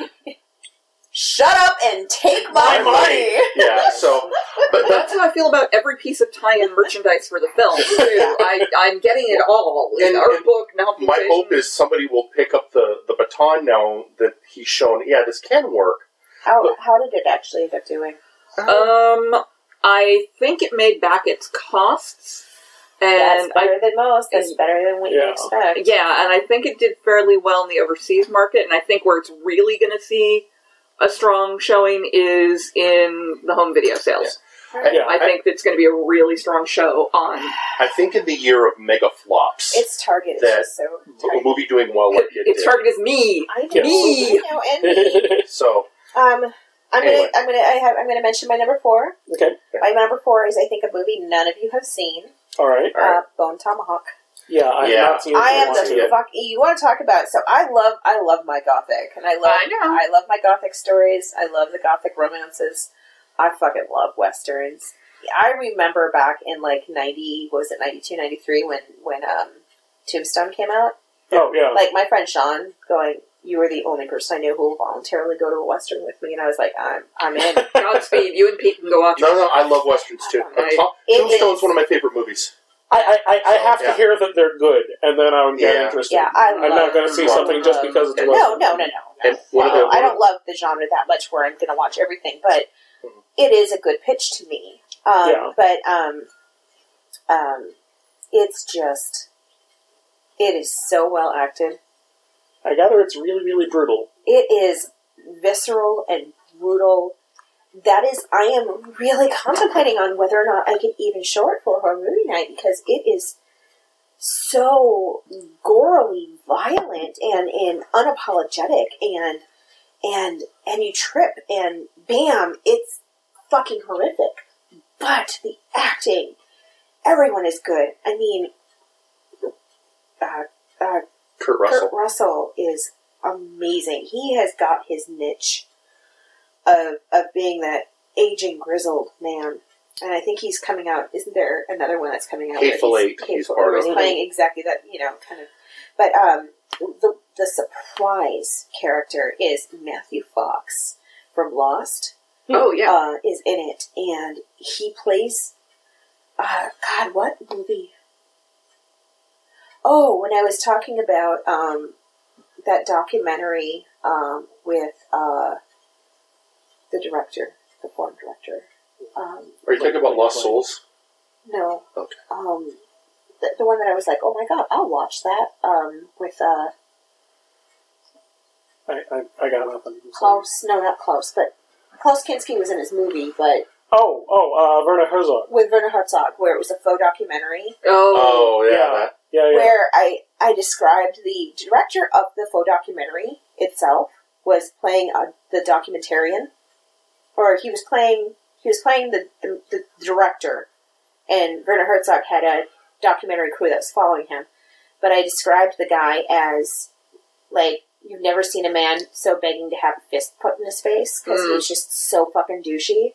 F: Shut up and take my,
G: My money.
F: money.
H: Yeah. So, but
D: That's
H: that's
D: how I feel about every piece of tie-in merchandise for the film. Too. I, I'm getting it all in
H: And-
D: art
H: and
D: book, novelization.
H: my hope is somebody will pick up the the baton now that he's shown. Yeah, this can work.
F: How, how did it actually end up doing?
D: Um, I think it made back its costs,
F: That's
D: and I
F: better than most. That's
D: and-
F: better than what
G: Yeah.
F: you expect.
D: Yeah, and I think it did fairly well in the overseas market, and I think where it's really going to see a strong showing is in the home video sales.
G: Yeah.
D: I think that's going to be a really strong show on.
H: I think in the year of mega flops,
F: It's Target. It's
H: That-
F: just so
H: a
F: targeted.
H: movie doing well like it
D: Its
H: did.
D: target is me.
F: I know.
D: Me.
F: I know. And me.
H: So
F: Um, I'm
H: Anyway.
F: gonna, I'm gonna, I have, I'm gonna mention my number four.
G: okay.
F: My number four is, I think, a movie none of you have seen,
G: All right.
H: All right.
F: uh, Bone Tomahawk.
G: Yeah. I
H: Yeah.
G: have not seen. it,
F: I
G: but
F: am
G: want
F: the
G: to.
F: fuck. You want to talk about? So I love, I love my gothic, and I love,
D: I know.
F: love my gothic stories. I love the gothic romances. I fucking love westerns. I remember back in like ninety, what was it 92, 93 when when um, Tombstone came out.
G: Oh yeah.
F: Like my friend Sean going, "You were the only person I knew who will voluntarily go to a western with me," and I was like, "I'm, I'm in."
D: Godspeed, you and Pete can go watch
H: no, no, I love westerns too.
D: Right.
H: Tom-
F: It
H: Tombstone's
F: is.
H: one of my favorite movies.
G: I, I, I, I have to
H: Yeah.
G: hear that they're good, and then I would get
H: Yeah.
G: interested.
F: Yeah, I
G: I'm not
F: love-
G: going to see
H: love
G: something just because it's a
D: them.
F: No,
G: Western.
F: no, no, no. no.
H: And one of
F: No,
H: the-
F: I don't love the genre that much where I'm going to watch everything, but
H: Mm-hmm.
F: it is a good pitch to me. Um,
G: Yeah.
F: But um, um, it's just, it is so well acted.
G: I gather it's really, really brutal.
F: It is visceral and brutal. That is, I am really contemplating on whether or not I can even show it for a horror movie night because it is so gorily violent and, and unapologetic and and and you trip and bam, it's fucking horrific. But the acting, everyone is good. I mean, uh, uh,
H: Kurt Russell.
F: Kurt Russell is amazing. He has got his niche of of being that aging grizzled man. And I think he's coming out. Isn't there another one that's coming out? where
H: Hateful
F: he's-
H: Eight, he's
F: Hateful
H: part
F: Eight,
H: of.
F: he's playing exactly that. You know, kind of. But um, the the surprise character is Matthew Fox from Lost
D: it. Oh, yeah.
F: uh, is in it, and he plays. Uh, God, what movie? Oh, when I was talking about um, that documentary um, with uh, the director, the former director. Um,
H: Are you talking about Lost Souls?
F: no,
H: Okay.
F: um, the, the one that I was like, oh my God, I'll watch that um, with uh,
G: I, I, I got nothing. I'm sorry.
F: Klaus. No, not Klaus, but Klaus Kinski was in his movie, but
G: Oh, oh, uh, Werner Herzog.
F: with Werner Herzog, where it was a faux documentary.
D: oh,
H: Oh yeah,
G: yeah.
H: that-
G: Yeah, yeah.
F: where I, I described the director of the faux documentary itself was playing uh, the documentarian, or he was playing he was playing the, the, the director, and Werner Herzog had a documentary crew that was following him. But I described the guy as like you've never seen a man so begging to have a fist put in his face because
D: Mm.
F: he's just so fucking douchey.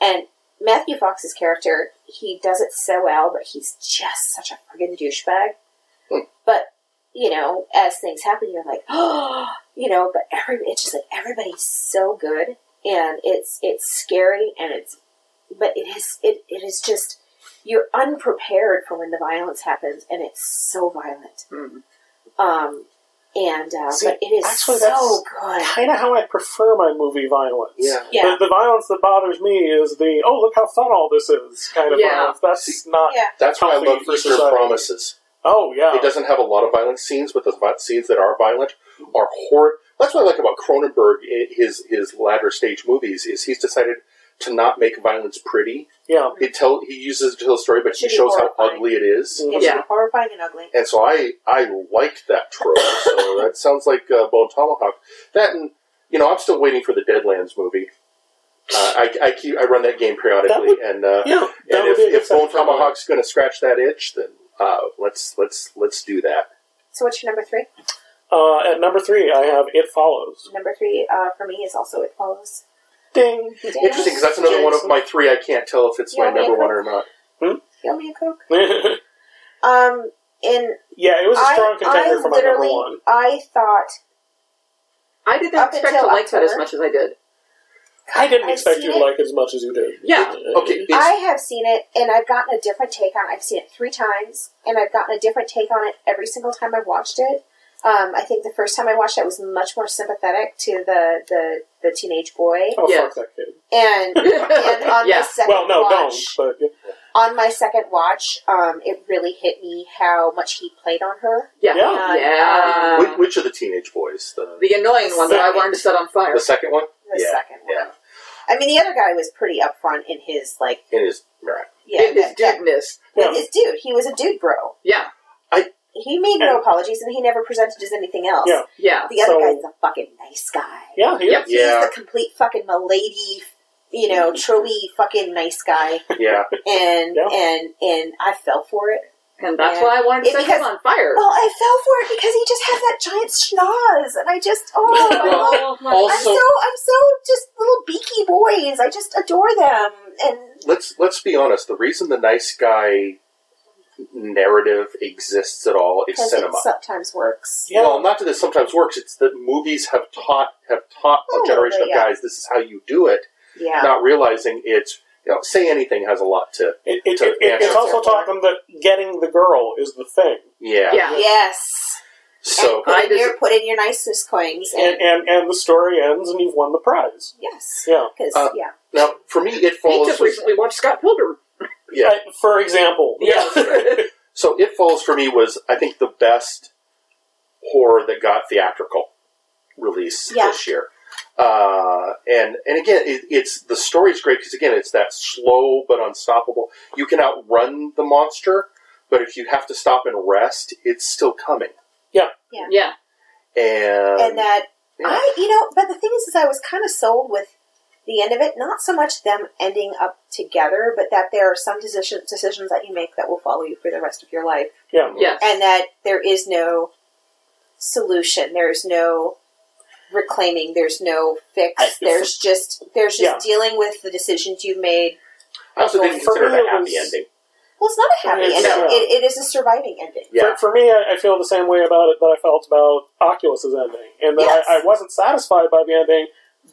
F: And Matthew Fox's character, he does it so well, but he's just such a friggin' douchebag.
G: Hmm.
F: But you know, as things happen, you're like, oh, you know. But every it's just like everybody's so good, and it's it's scary, and it's but it is it, it is just you're unprepared for when the violence happens, and it's so violent.
D: Mm.
F: Um, and uh,
G: Hmm. See,
F: but it is
G: actually,
F: so
G: that's
F: good.
G: Kind of how I prefer my movie violence.
H: Yeah.
F: Yeah.
G: The, the violence that bothers me is the oh look how fun all this is kind of
D: Yeah.
G: violence. That's not.
F: Yeah.
H: That's why I
G: Healthy
H: love Easter
G: society.
H: Promises.
G: Oh yeah.
H: It doesn't have a lot of violent scenes, but the vi- scenes that are violent are horror. That's what I like about Cronenberg. i- His his latter stage movies is he's decided to not make violence pretty.
G: Yeah.
H: He tell he uses it to tell a story, but he
F: Should be
H: shows how
F: horrifying.
H: ugly it is.
F: It's
D: Yeah.
F: horrifying and ugly.
H: And so I I liked that trope. so that sounds like uh, Bone Tomahawk. That and you know I'm still waiting for the Deadlands movie. Uh, I, I keep I run that game periodically,
G: would-
H: and uh,
G: Yeah, that
H: and
G: would
H: if,
G: be a good
H: if
G: time
H: Bone
G: for one.
H: Tomahawk's going to scratch that itch, then uh, let's let's let's do that.
F: So what's your number three?
G: Uh, at number three, I have It Follows.
F: Number three uh, for me is also It Follows.
G: Ding.
H: Interesting, because that's another one of my three. I can't tell if it's my
F: Yeah,
H: number
F: yeah.
H: one or not.
F: Feel me a Coke.
G: yeah,
F: Um, and
G: it was a strong
F: I,
G: contender
F: I
G: for my number
F: literally,
G: one.
F: I thought
D: I did not
F: Up
D: expect to
F: until
D: like that as
F: October.
D: much as I did.
G: I didn't
F: I've
G: expect
F: seen
G: you to
F: it.
G: like it as much as you did.
D: Yeah.
G: Uh,
H: Okay, it's,
F: I have seen it, and I've gotten a different take on it. I've seen it three times, and I've gotten a different take on it every single time I've watched it. Um, I think the first time I watched it, I was much more sympathetic to the the, the teenage boy,
G: Oh,
D: Yeah.
G: fuck that kid.
F: and, and on
D: Yeah.
F: my second
G: Well, no,
F: watch,
G: don't. But
F: on my second watch, um, it really hit me how much he played on her.
D: Yeah.
G: Yeah.
D: Yeah.
F: um,
H: Whi- which of the teenage boys? The,
D: The annoying one that I wanted to set on fire.
H: the second one?
F: The
H: yeah,
F: second one.
H: yeah.
F: I mean, the other guy was pretty upfront in his like,
H: It is right.
F: yeah,
D: in his
F: that- that-
D: dudeness.
F: with
G: Yeah.
F: his dude. He was a dude bro.
D: Yeah.
F: He made no apologies, and he never presented as anything else.
G: Yeah.
D: Yeah.
F: The other
G: So-
F: guy's a fucking nice guy.
G: yeah, he
D: Yep.
H: Yeah.
F: He's the complete fucking milady, you know, troby fucking nice guy,
H: Yeah,
F: and
G: Yeah.
F: and and I fell for it.
D: And that's
F: Yeah.
D: why I wanted to
F: It-
D: set
F: because-
D: him on fire.
F: Well, I fell for it because he just has that giant schnoz, and I just oh, I love
D: Well,
F: I'm so
H: also
F: I'm so just little beaky boys. I just adore them, and
H: let's let's be honest. The reason the nice guy narrative exists at all is
F: because it
H: cinema.
F: sometimes works.
G: Yeah.
H: Well, not that this sometimes works. It's that movies have taught have taught
F: Oh,
H: a generation of
F: yeah.
H: guys this is how you do it,
F: Yeah,
H: not realizing it's you know say anything has a lot to
G: It, it,
H: to
G: it, it- it's
H: answer
G: also
H: for.
G: talking that getting the girl is the thing.
H: yeah.
D: Yeah.
F: yes.
H: So
F: and put
D: I
F: in your
D: just-
F: put in your niceness coins, and,
G: And, and and the story ends and you've won the prize.
F: yes,
G: Yeah.
F: because
H: Uh,
F: yeah,
H: now for me, it
D: We
H: follows.
D: just
H: was-
D: recently watched Scott Pilgrim.
H: yeah.
G: Right, Uh, for example.
D: Yeah.
H: So it follows for me was I think the best horror that got theatrical release
F: Yeah.
H: this year. Uh, and and again, it, it's the story's great because again, it's that slow but unstoppable. You can outrun the monster, but if you have to stop and rest, it's still coming.
D: yeah.
H: And,
F: and that
H: um, yeah.
F: I, you know, but the thing is, is I was kind of sold with the end of it. Not so much them ending up together, but that there are some decision, decisions that you make that will follow you for the rest of your life,
G: Yeah.
D: Yes.
F: and that there is no solution. There's no reclaiming. There's no fix.
G: I-
F: there's just there's just
G: Yeah.
F: dealing with the decisions you've made.
H: I also didn't
G: For
H: consider
G: me,
H: it a
G: it
H: happy
G: was-
H: ending.
F: Well, it's not a happy
G: It's
F: ending.
G: not.
F: It, it is a surviving ending.
H: Yeah,
G: For, for me, I, I feel the same way about it that I felt about Oculus's ending, and that
F: Yes.
G: I, I wasn't satisfied by the ending,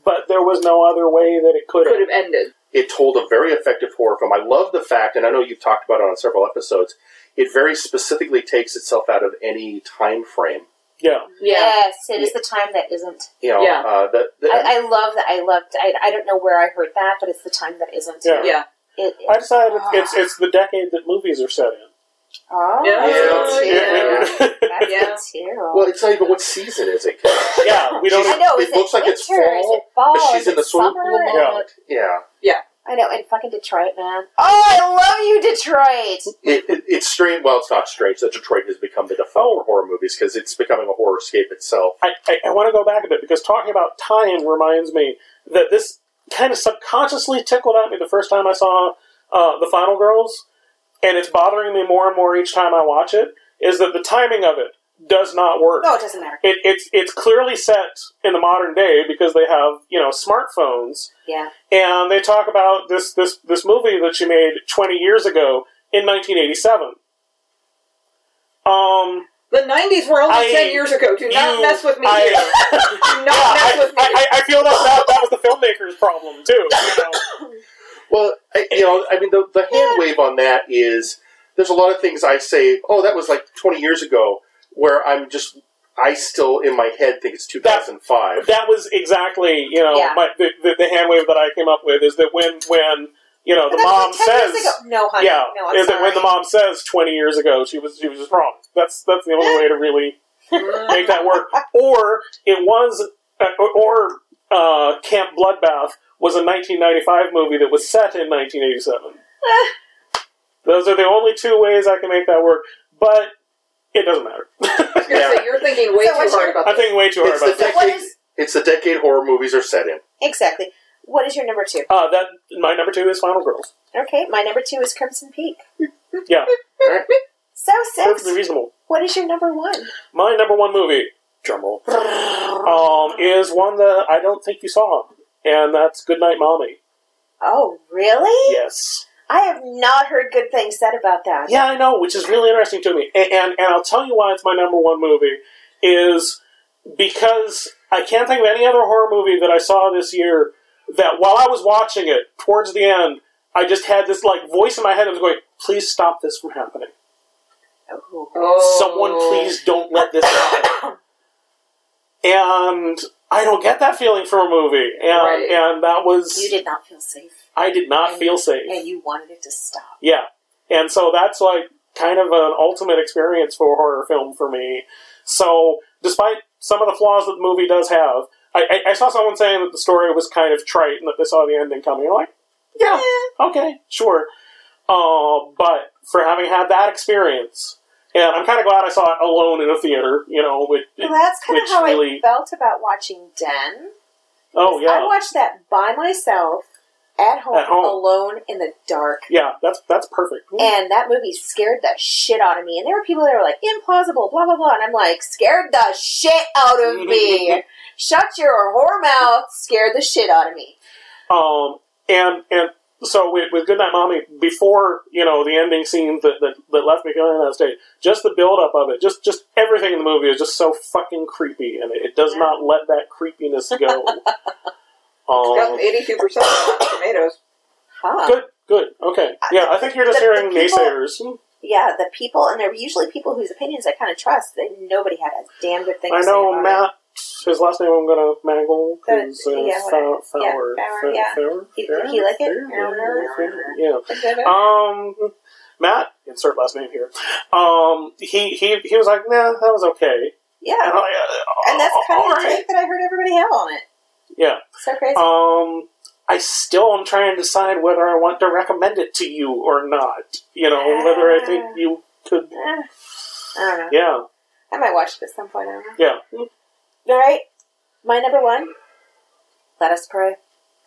G: but there was no other way that it could
D: Could
G: have.
D: have ended.
H: it told a very effective horror film. I love the fact, and I know you've talked about it on several episodes. It very specifically takes itself out of any time frame.
G: Yeah.
D: Yeah.
F: Yes, it is the time that isn't.
H: You know,
D: Yeah.
H: uh, that, that-
F: I, I love that. I loved. I, I don't know where I heard that, but it's the time that isn't.
G: Yeah.
D: Yeah.
F: It,
G: I decided it's- it's it's the decade that movies are set in.
F: oh,
D: Yeah.
F: that's
D: Yeah.
F: good too. That's
D: Yeah.
F: good too.
H: well, it's not even what season is it?
G: yeah, we don't.
F: I know. Is
H: it looks like
F: winter?
H: it's
F: Is
H: fall,
F: it fall?
H: but she's
F: Oh, Is
H: in
F: it
H: the swimming
F: summer?
H: pool.
F: Is
G: Yeah.
F: it-
H: Yeah,
F: I know. And fucking Detroit, man. Oh, I love you, Detroit.
H: it, it, it's strange. Well, it's not strange that Detroit has become the default for horror movies because it's becoming a horror scape itself.
G: I, I, I want to go back a bit because talking about time reminds me that this kind of subconsciously tickled at me the first time I saw uh, the Final Girls, and it's bothering me more and more each time I watch it. Is that the timing of it does not work?
F: No, it doesn't matter.
G: It, it's it's clearly set in the modern day because they have you know smartphones,
F: Yeah.
G: and they talk about this this this movie that she made twenty years ago in nineteen eighty seven. Um.
D: The 90s were only
G: I-
D: 10 years ago. Do not
G: you-
D: mess with me
G: I-
D: here. Do not mess
G: I,
D: with me.
G: I, I feel that, that that was the filmmaker's problem too. You know?
H: Well, I, you know, I mean, the, the hand wave on that is there's a lot of things I say. Oh, that was like 20 years ago, where I'm just I still in my head think it's 2005.
G: That was exactly you know
F: Yeah.
G: my, the, the the hand wave that I came up with is that when when you know
F: But that
G: the mom
F: was like 10
G: says
F: years ago. "No, honey,
G: yeah
F: no, I'm
G: is
F: sorry.
G: that when the mom says twenty years ago she was she was just wrong. That's that's the only way to really make that work. Or it was or uh, Camp Bloodbath was a 1995 movie that was set in 1987. Those are the only two ways I can make that work, but it doesn't matter.
D: I was going to
H: Yeah.
D: say, you're thinking way
F: So
D: too
F: what's
D: hard
F: your-
D: about
G: I'm
D: this.
G: thinking way too hard
H: It's the
G: about that.
F: So what
H: decade.
F: is-
H: It's the decade horror movies are set in.
F: exactly." What is your number two?
G: Uh, that my number two is Final Girls.
F: Okay, my number two is Crimson Peak.
G: Yeah,
F: So six.
G: perfectly reasonable.
F: What is your number one?
G: My number one movie, drumroll, um, is one that I don't think you saw, and that's Goodnight Mommy.
F: Oh, really?
G: Yes.
F: I have not heard good things said about that.
G: Yeah, I know, which is really interesting to me. And, and and I'll tell you why it's my number one movie is because I can't think of any other horror movie that I saw this year that while I was watching it towards the end, I just had this like voice in my head that was going, "Please stop this from happening.
F: Oh.
D: Oh.
G: Someone, please don't let this happen." and I don't get that feeling for a movie, and
D: Right.
G: and that was
F: You did not feel safe,
G: I did not feel safe.
F: and you wanted it to stop.
G: Yeah. And so that's like kind of an ultimate experience for a horror film for me. So despite some of the flaws that the movie does have, I, I, I saw someone saying that the story was kind of trite and that they saw the ending coming. I'm like, yeah, okay, sure. Uh, but for having had that experience, and I'm kind of glad I saw it alone in a theater, you know, with,
F: Well, that's kind of
G: which
F: how
G: really,
F: I felt about watching Den.
G: oh yeah,
F: I watched that by myself at home,
G: At home.
F: alone in the dark.
G: yeah, that's, that's perfect.
F: And that movie scared the shit out of me. And there were people that were like, implausible, blah, blah, blah. And I'm like, scared the shit out of me. Shut your whore mouth. Scared the shit out of me.
G: Um, and and so with, with Goodnight Mommy, before you know the ending scene that, that, that left me feeling that state, just the build up of it, just just everything in the movie is just so fucking creepy, and it, it does not let that creepiness go.
D: Got
G: Um,
D: 82% on Rotten tomatoes.
F: Huh.
G: good, good, okay, yeah. I think you're just
F: Uh, The- the
G: hearing
F: people-
G: naysayers.
F: Yeah, the people, and they're usually people whose opinions I kind of trust. They, nobody had a damn good thing
G: I
F: to say
G: know
F: about
G: Matt. His last name I'm gonna mangle.
F: The-
G: is, uh,
F: yeah,
G: Fa-
F: whatever. Yeah, Fowler,
G: Fowler. Fa-
F: yeah.
G: Fowler?
F: Did-
G: Fowler?
F: did he like it?
G: Fowler?
F: Fowler?
G: Yeah.
F: it.
G: Um, Matt, insert last name here. Um, he he he was like, nah, that was okay. And,
F: Yeah,
G: I, uh,
F: Oh. and that's kind
G: all
F: of the
G: right.
F: take that I heard everybody have on it.
G: Yeah.
F: So crazy.
G: Um, I still am trying to decide whether I want to recommend it to you or not. You know, whether I
F: Ah.
G: think you could.
F: Eh, I don't know.
G: Yeah,
F: I might watch it at some point. I don't know.
G: yeah.
F: All right, my number one. Let us pray.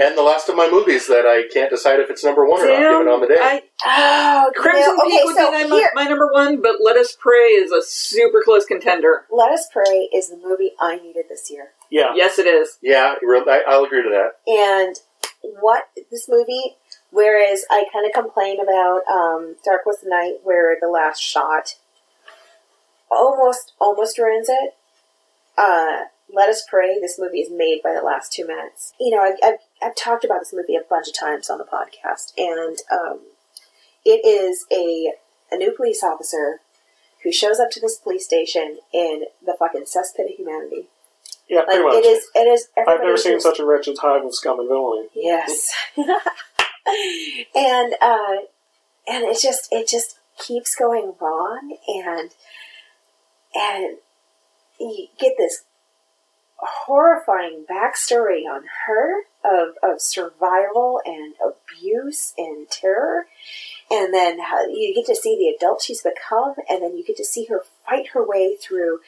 H: And the last of my movies that I can't decide if it's number one or not, given on the day.
D: I,
F: Oh, you
D: Crimson
F: know,
D: Peak would
F: so
D: be my,
F: here-
D: my number one, but Let Us Pray is a super close contender.
F: Let us pray is the movie I needed this year.
G: Yeah.
D: Yes, it is.
H: yeah, real- I, I'll agree to that.
F: and what this movie whereas i kind of complain about um, dark was the night where the last shot almost almost ruins it uh, let us pray this movie is made by the last two minutes you know i've, I've, I've talked about this movie a bunch of times on the podcast and um, it is a, a new police officer who shows up to this police station in the fucking cesspit of humanity
G: Yeah,
F: like
G: pretty much.
F: it is it is
G: I've never
F: everybody's
G: seen
F: just-
G: such a wretched hive of scum and villainy.
F: Yes. and uh, and it just it just keeps going wrong and and you get this horrifying backstory on her of, of survival and abuse and terror and then how you get to see the adult she's become and then you get to see her fight her way through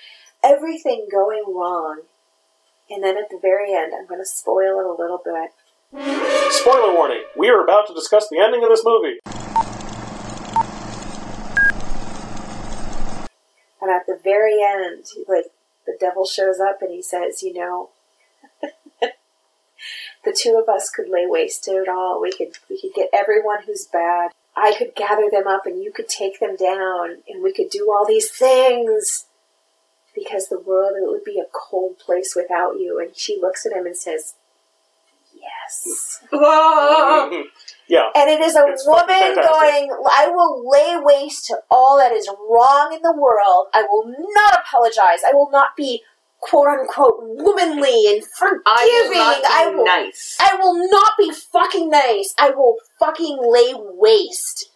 F: everything going wrong and then at the very end i'm going to spoil it a little bit
G: Spoiler warning: We are about to discuss the ending of this movie.
F: And at the very end, like the devil shows up and he says, you know, the two of us could lay waste to it all. We could we could get everyone who's bad. I could gather them up and you could take them down and we could do all these things because the world it would be a cold place without you. And she looks at him and says, Yes.
D: Ah!
G: yeah,
F: And it is a
G: It's fucking
F: woman
G: fantastic.
F: going, I will lay waste to all that is wrong in the world. I will not apologize. I will not be quote unquote womanly and forgiving.
D: I will not be
F: I will
D: nice.
F: I will not be fucking nice. I will fucking lay waste.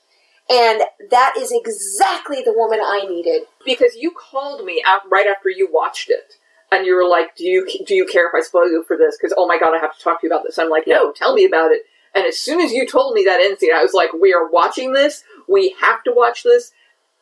F: And that is exactly the woman I needed.
D: because you called me out right after you watched it and you were like do you do you care if i spoil you for this because oh my god i have to talk to you about this i'm like no tell me about it and as soon as you told me that end scene i was like we are watching this we have to watch this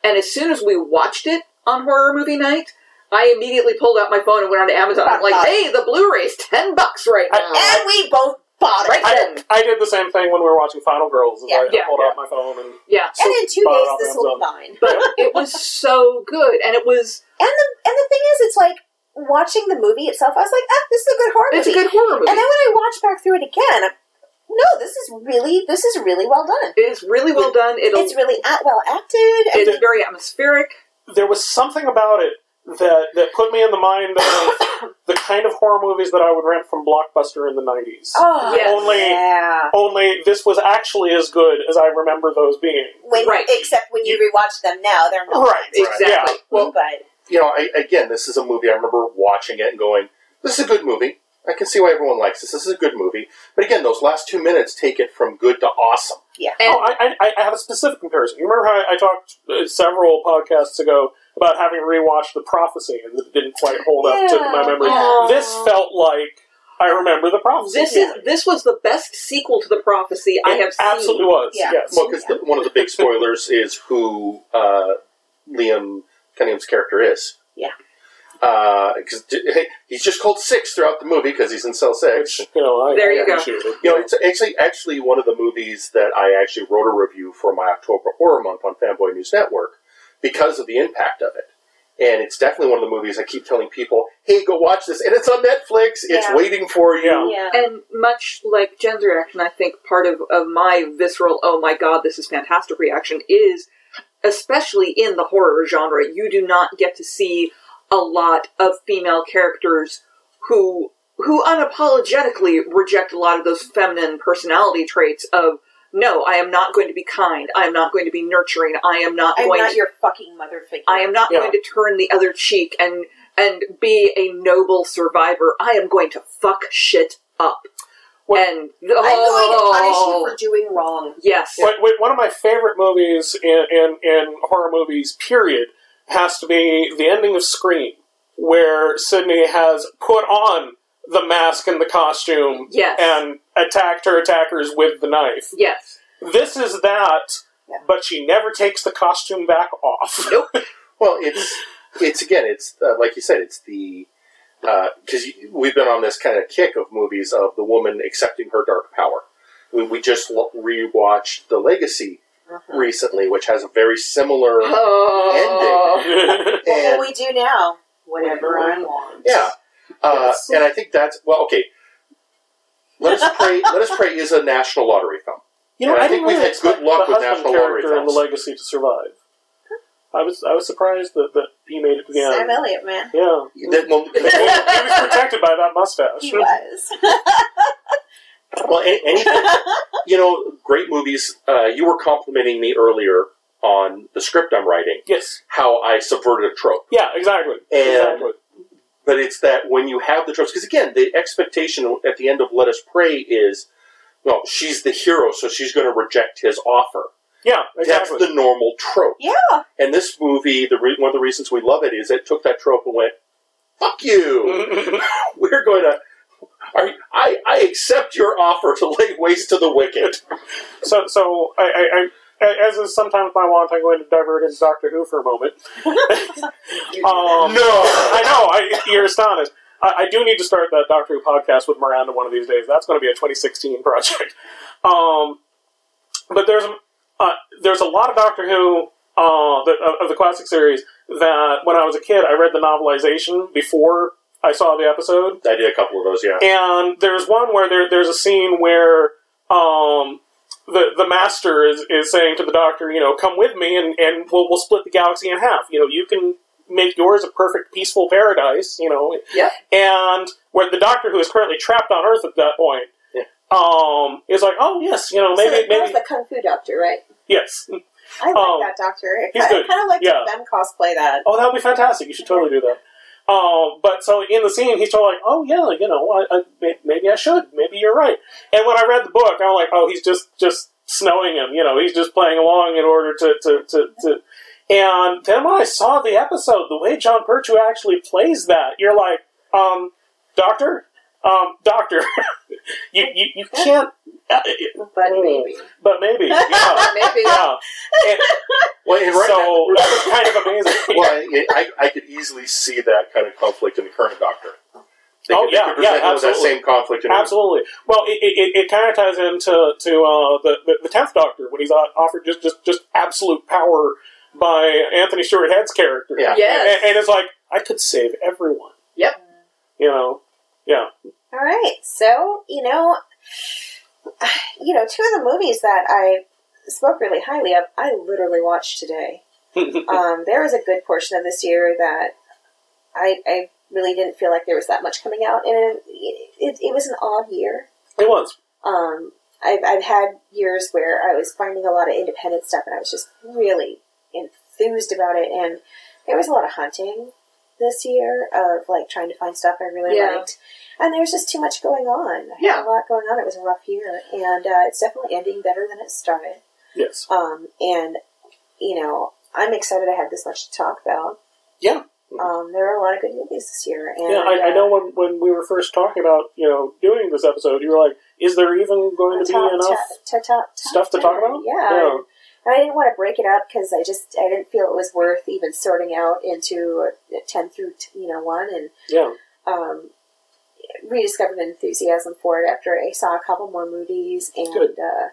D: and as soon as we watched it on horror movie night I immediately pulled out my phone and went on to Amazon. I'm like, hey, the Blu-ray's ten bucks right now.
F: Uh, and we both bought it.
D: Right
G: I,
D: then.
G: I did the same thing when we were watching Final Girls. is
F: Yeah.
G: I, I
D: Yeah.
G: pulled out my phone and
D: Yeah,
F: and in two
G: bought it
F: days,
G: off
F: this will be
G: Amazon.
F: mine.
D: but it was so good, and it was
F: And the and the thing is, it's like watching the movie itself. I was like, ah, this is a good horror
D: it's a
F: movie.
D: good horror movie.
F: And then when I watched back through it again, I'm, no, this is really this is really well done.
D: It is really well done. It'll,
F: It's
D: it's,
F: really at, well acted. And
D: very atmospheric.
G: there was something about it that that put me in the mind of the kind of horror movies that I would rent from Blockbuster in the nineties.
F: oh,
D: Yes.
G: Only-
F: yeah.
G: Only this was actually as good as I remember those being.
F: When,
D: Right.
F: Except when you rewatch them now, they're not.
G: Right.
D: Exactly.
G: Yeah.
F: Well, but
H: you know, I, again, this is a movie I remember watching it and going, this is a good movie. I can see why everyone likes this. This is a good movie. But again, those last two minutes take it from good to awesome.
D: And
G: oh, I, I, I have a specific comparison. You remember how I, I talked uh, several podcasts ago about having rewatched The Prophecy and it didn't quite hold up to
F: Yeah.
G: my memory?
F: Yeah.
G: This felt like I remember The Prophecy.
D: Oh. this is this was the best sequel to the prophecy I
G: It
D: have seen.
G: absolutely was.
F: Yeah.
G: Yes.
H: Well, because one of the big spoilers is who uh, Liam Cunningham's character is.
F: Yeah.
H: Because he's just called Six throughout the movie because he's in Cell Six.
G: Which, you know, I,
D: There you
G: I
D: go.
G: appreciate it.
H: You know, it's actually actually one of the movies that I actually wrote a review for my October Horror Month on Fanboy News Network because of the impact of it. And it's definitely one of the movies I keep telling people, "Hey, go watch this!" And it's on Netflix. It's
F: Yeah.
H: waiting for you.
F: yeah.
D: And much like Jen's reaction, I think part of, of my visceral, oh my god, this is fantastic reaction is, especially in the horror genre, you do not get to see a lot of female characters who who unapologetically reject a lot of those feminine personality traits of no, I am not going to be kind, I am not going to be nurturing, I am not
F: I'm
D: going
F: not
D: to
F: your fucking mother figure.
D: I am not
G: Yeah.
D: going to turn the other cheek and and be a noble survivor. I am going to fuck shit up.
G: Well,
D: and
F: I'm going to punish you
D: oh,
F: for doing wrong.
D: yes,
G: But wait, one of my favorite movies in, in, in horror movies, period, has to be the ending of Scream, where Sydney has put on the mask and the costume
D: Yes.
G: and attacked her attackers with the knife.
D: yes.
G: This is that,
F: Yeah.
G: but she never takes the costume back off.
D: Nope.
H: Well, it's it's again, it's uh, like you said, it's the because we've been on this kind of kick of movies of the woman accepting her dark power. We, we just lo- rewatched The Legacy
D: Mm-hmm.
H: recently, which has a very similar
D: Oh,
H: ending.
F: What
H: And-
F: will we do now? Whatever I want.
H: Yeah, uh,
F: Yes.
H: and I think that's well. Okay, let us pray. let us pray is a national lottery film.
G: You know,
H: And I
G: I,
H: think
G: didn't
H: we've
G: really
H: had good
G: expect
H: luck
G: the
H: with
G: husband
H: National Lottery
G: character in the
H: films.
G: legacy to survive. I was I was surprised that, that he made it to the
F: Sam
G: end.
F: Elliott, man.
G: Yeah.
H: That- well,
G: Well, he was protected by that mustache.
F: He was.
H: Well, any, anything, you know, great movies. Uh, you were complimenting me earlier on the script I'm writing,
G: Yes.
H: how I subverted a trope.
G: Yeah, exactly.
H: And-
G: exactly.
H: But it's that when you have the tropes, because again, the expectation at the end of Let Us Pray is, well, she's the hero, so she's going to reject his offer.
G: Yeah, exactly.
H: That's the normal trope.
F: Yeah.
H: And this movie, the re- one of the reasons we love it is it took that trope and went, "Fuck you! We're going to." Are, I, I accept your offer to lay waste to the wicked.
G: so, so I, I, I, as is sometimes my want, I'm going to divert into Doctor Who for a moment.
F: Oh.
D: Oh,
G: um,
H: No!
G: I know. I, you're astonished. I, I do need to start that Doctor Who podcast with Miranda one of these days. That's going to be a 2016 project. Um, but there's a- uh, there's a lot of Doctor Who uh, that, of, of the classic series that when I was a kid, I read the novelization before I saw the episode,
H: I did a couple of those, yeah.
G: and there's one where there, there's a scene where um, the the master is, is saying to the doctor, you know, come with me, and, and we'll we'll split the galaxy in half. You know, you can make yours a perfect peaceful paradise. You know,
D: Yep.
G: And where the doctor who is currently trapped on Earth at that point.
H: Yeah.
G: Um, is like, oh yes, you know,
F: So
G: maybe,
F: that was
G: maybe,
F: the kung fu doctor, right?
G: yes.
F: I like
G: Um,
F: that doctor. I
G: he's
F: kind
G: good.
F: of like
G: Yeah.
F: to them cosplay that.
G: Oh, that would be fantastic. You should totally do that. Um, but so in the scene, he's totally like, "Oh yeah, you know, I, I, may- maybe I should. Maybe you're right." And when I read the book, I'm like, "Oh, he's just just snowing him. You know, he's just playing along in order to to to." to and then when I saw the episode, the way John Pertwee actually plays that, you're like, um, "Doctor, um, Doctor, you, you, you can't. uh,
D: But maybe.
G: But maybe. Yeah.
D: Maybe.
G: yeah. And
H: Well, and right
G: so
H: now,
G: that was kind of amazing.
H: well, I, I, I could easily see that kind of conflict in the current Doctor. They
G: Oh,
H: could,
G: yeah,
H: they could
G: yeah,
H: present that
G: absolutely.
H: same conflict. In
G: Absolutely. Well, it, it, it kind of ties into to uh, the, the the tenth Doctor when he's uh, offered just, just just absolute power by Anthony Stewart Head's character.
H: Yeah.
D: Yes.
G: And, and it's like I could save everyone.
D: Yep.
G: You know. Yeah.
F: All right, so you know, you know, two of the movies that I spoke really highly of, I literally watched today. um, there was a good portion of this year that I, I really didn't feel like there was that much coming out, and it, it, it was an odd year.
G: It was.
F: Um, I've, I've had years where I was finding a lot of independent stuff, and I was just really enthused about it. And there was a lot of hunting this year of like trying to find stuff I really
D: Yeah.
F: liked, and there was just too much going on. I had
D: Yeah.
F: a lot going on. It was a rough year, and uh, it's definitely ending better than it started.
G: Yes.
F: Um, and you know, I'm excited I had this much to talk about.
G: Yeah.
F: Um, there are a lot of good movies this year, and
G: Yeah, I, I
F: uh,
G: know when, when we were first talking about, you know, doing this episode, you were like, is there even going to be
F: top-
G: enough?
F: top- top- top
G: stuff to
F: ten.
G: talk about?
F: Yeah.
G: Yeah.
F: And- And I didn't want to break it up because I just I didn't feel it was worth even sorting out into uh, ten through t- you know one and
G: Yeah.
F: um, rediscovered enthusiasm for it after I saw a couple more movies and
G: Good.
F: uh,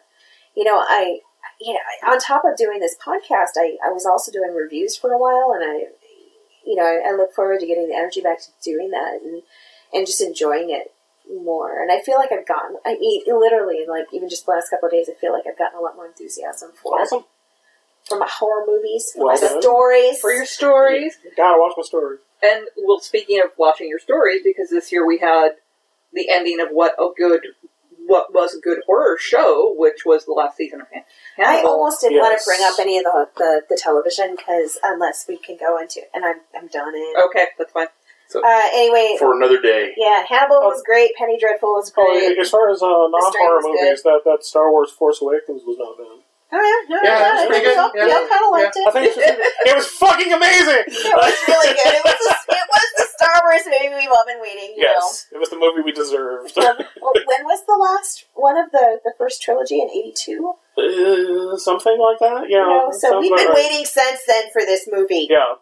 F: you know I you know I- on top of doing this podcast I, I was also doing reviews for a while and I you know I, I look forward to getting the energy back to doing that and and just enjoying it more and I feel like I've gotten I mean literally like even just the last couple of days I feel like I've gotten a lot more enthusiasm for it.
G: Awesome.
F: for my horror movies for
G: Well
F: my
G: done.
F: stories
D: For your stories.
G: Gotta watch my story.
D: And well, speaking of watching your stories, because this year we had the ending of what a good, what was a good horror show, which was the last season of Han-
F: I
D: Hannibal.
F: almost didn't want
G: Yes.
F: to bring up any of the the, the television because unless we can go into and I'm I'm done in.
D: Okay, that's fine.
F: Uh, anyway,
H: for another day.
F: yeah, Hannibal was great. Penny Dreadful was
G: Oh,
F: great.
G: as far as uh, non horror
F: was
G: movies, that, that Star Wars Force Awakens was not bad.
F: Oh yeah, no, no,
H: Yeah, it was
F: no,
H: pretty
F: it was
H: good.
F: all-
H: Yeah.
F: We all kind of liked
G: I
F: it.
G: think it's just- it was fucking amazing!
F: It was really good. It was, the- it was the Star Wars movie we've all been waiting. You
G: Yes, it was the movie we deserved.
F: Know? Um, well, when was the last one of the, the first trilogy in '82?
G: Uh, something like that,
F: You
G: yeah.
F: know, so
G: sounds
F: we've been
G: about right.
F: waiting since then for this movie.
G: Yeah,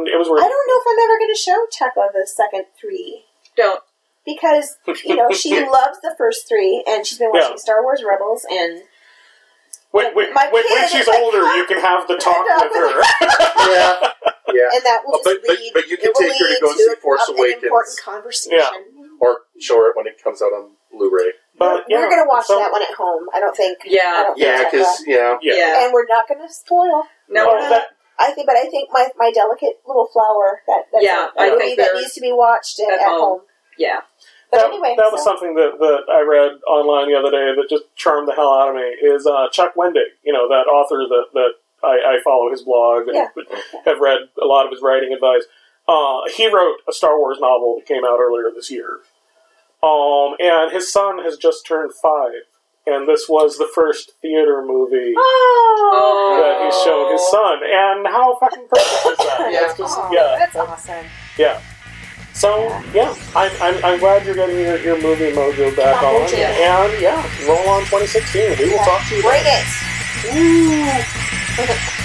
G: and it
F: I
G: was worth
F: don't know if I'm ever going to show Tekla the second three.
D: Don't.
F: because you know she loves the first three, and she's been watching
G: Yeah.
F: Star Wars Rebels, and
G: When, when,
F: My
G: when, when
F: kid
G: she's
F: is like,
G: older, you can have the talk with her.
H: yeah, yeah.
F: and that will
H: But-
F: just
H: but-
F: lead.
H: but you
F: it
H: can
F: will
H: take her to
F: lead
H: go see Force
F: an
H: Awakens.
F: important conversation.
H: Or show it when it comes out on Blu-ray.
G: But yeah,
F: we're gonna watch
G: so-
F: that one at home. I don't think. I
D: Yeah.
F: don't think Tekla-
H: yeah,
G: Yeah.
F: and we're not gonna spoil.
D: No.
G: Well,
D: no.
G: that-
F: I think, but I think my, my delicate little flower that that's
D: Yeah,
F: a
D: I
F: movie
D: think
F: that
D: they're-
F: needs to be watched at,
D: at
F: at home.
D: home. yeah.
F: But
G: that,
F: anyway,
G: that was
F: so-
G: something that, that I read online the other day that just charmed the hell out of me. Is uh, Chuck Wendig, you know, that author that that I, I follow his blog and
F: Yeah.
G: have read a lot of his writing advice. Uh, he wrote a Star Wars novel that came out earlier this year, um, and his son has just turned five, and this was the first theater movie
F: Oh,
D: Oh.
G: that he showed his son. And how fucking perfect is that?
D: Yeah.
G: That's just-
F: oh,
G: yeah.
F: that's awesome.
G: Yeah. So yeah, I'm, I'm, I'm glad you're getting your, your movie mojo back
F: Mojo.
G: on, and yeah, roll on 2016. We will talk to you.
F: Bring
G: then.
F: it.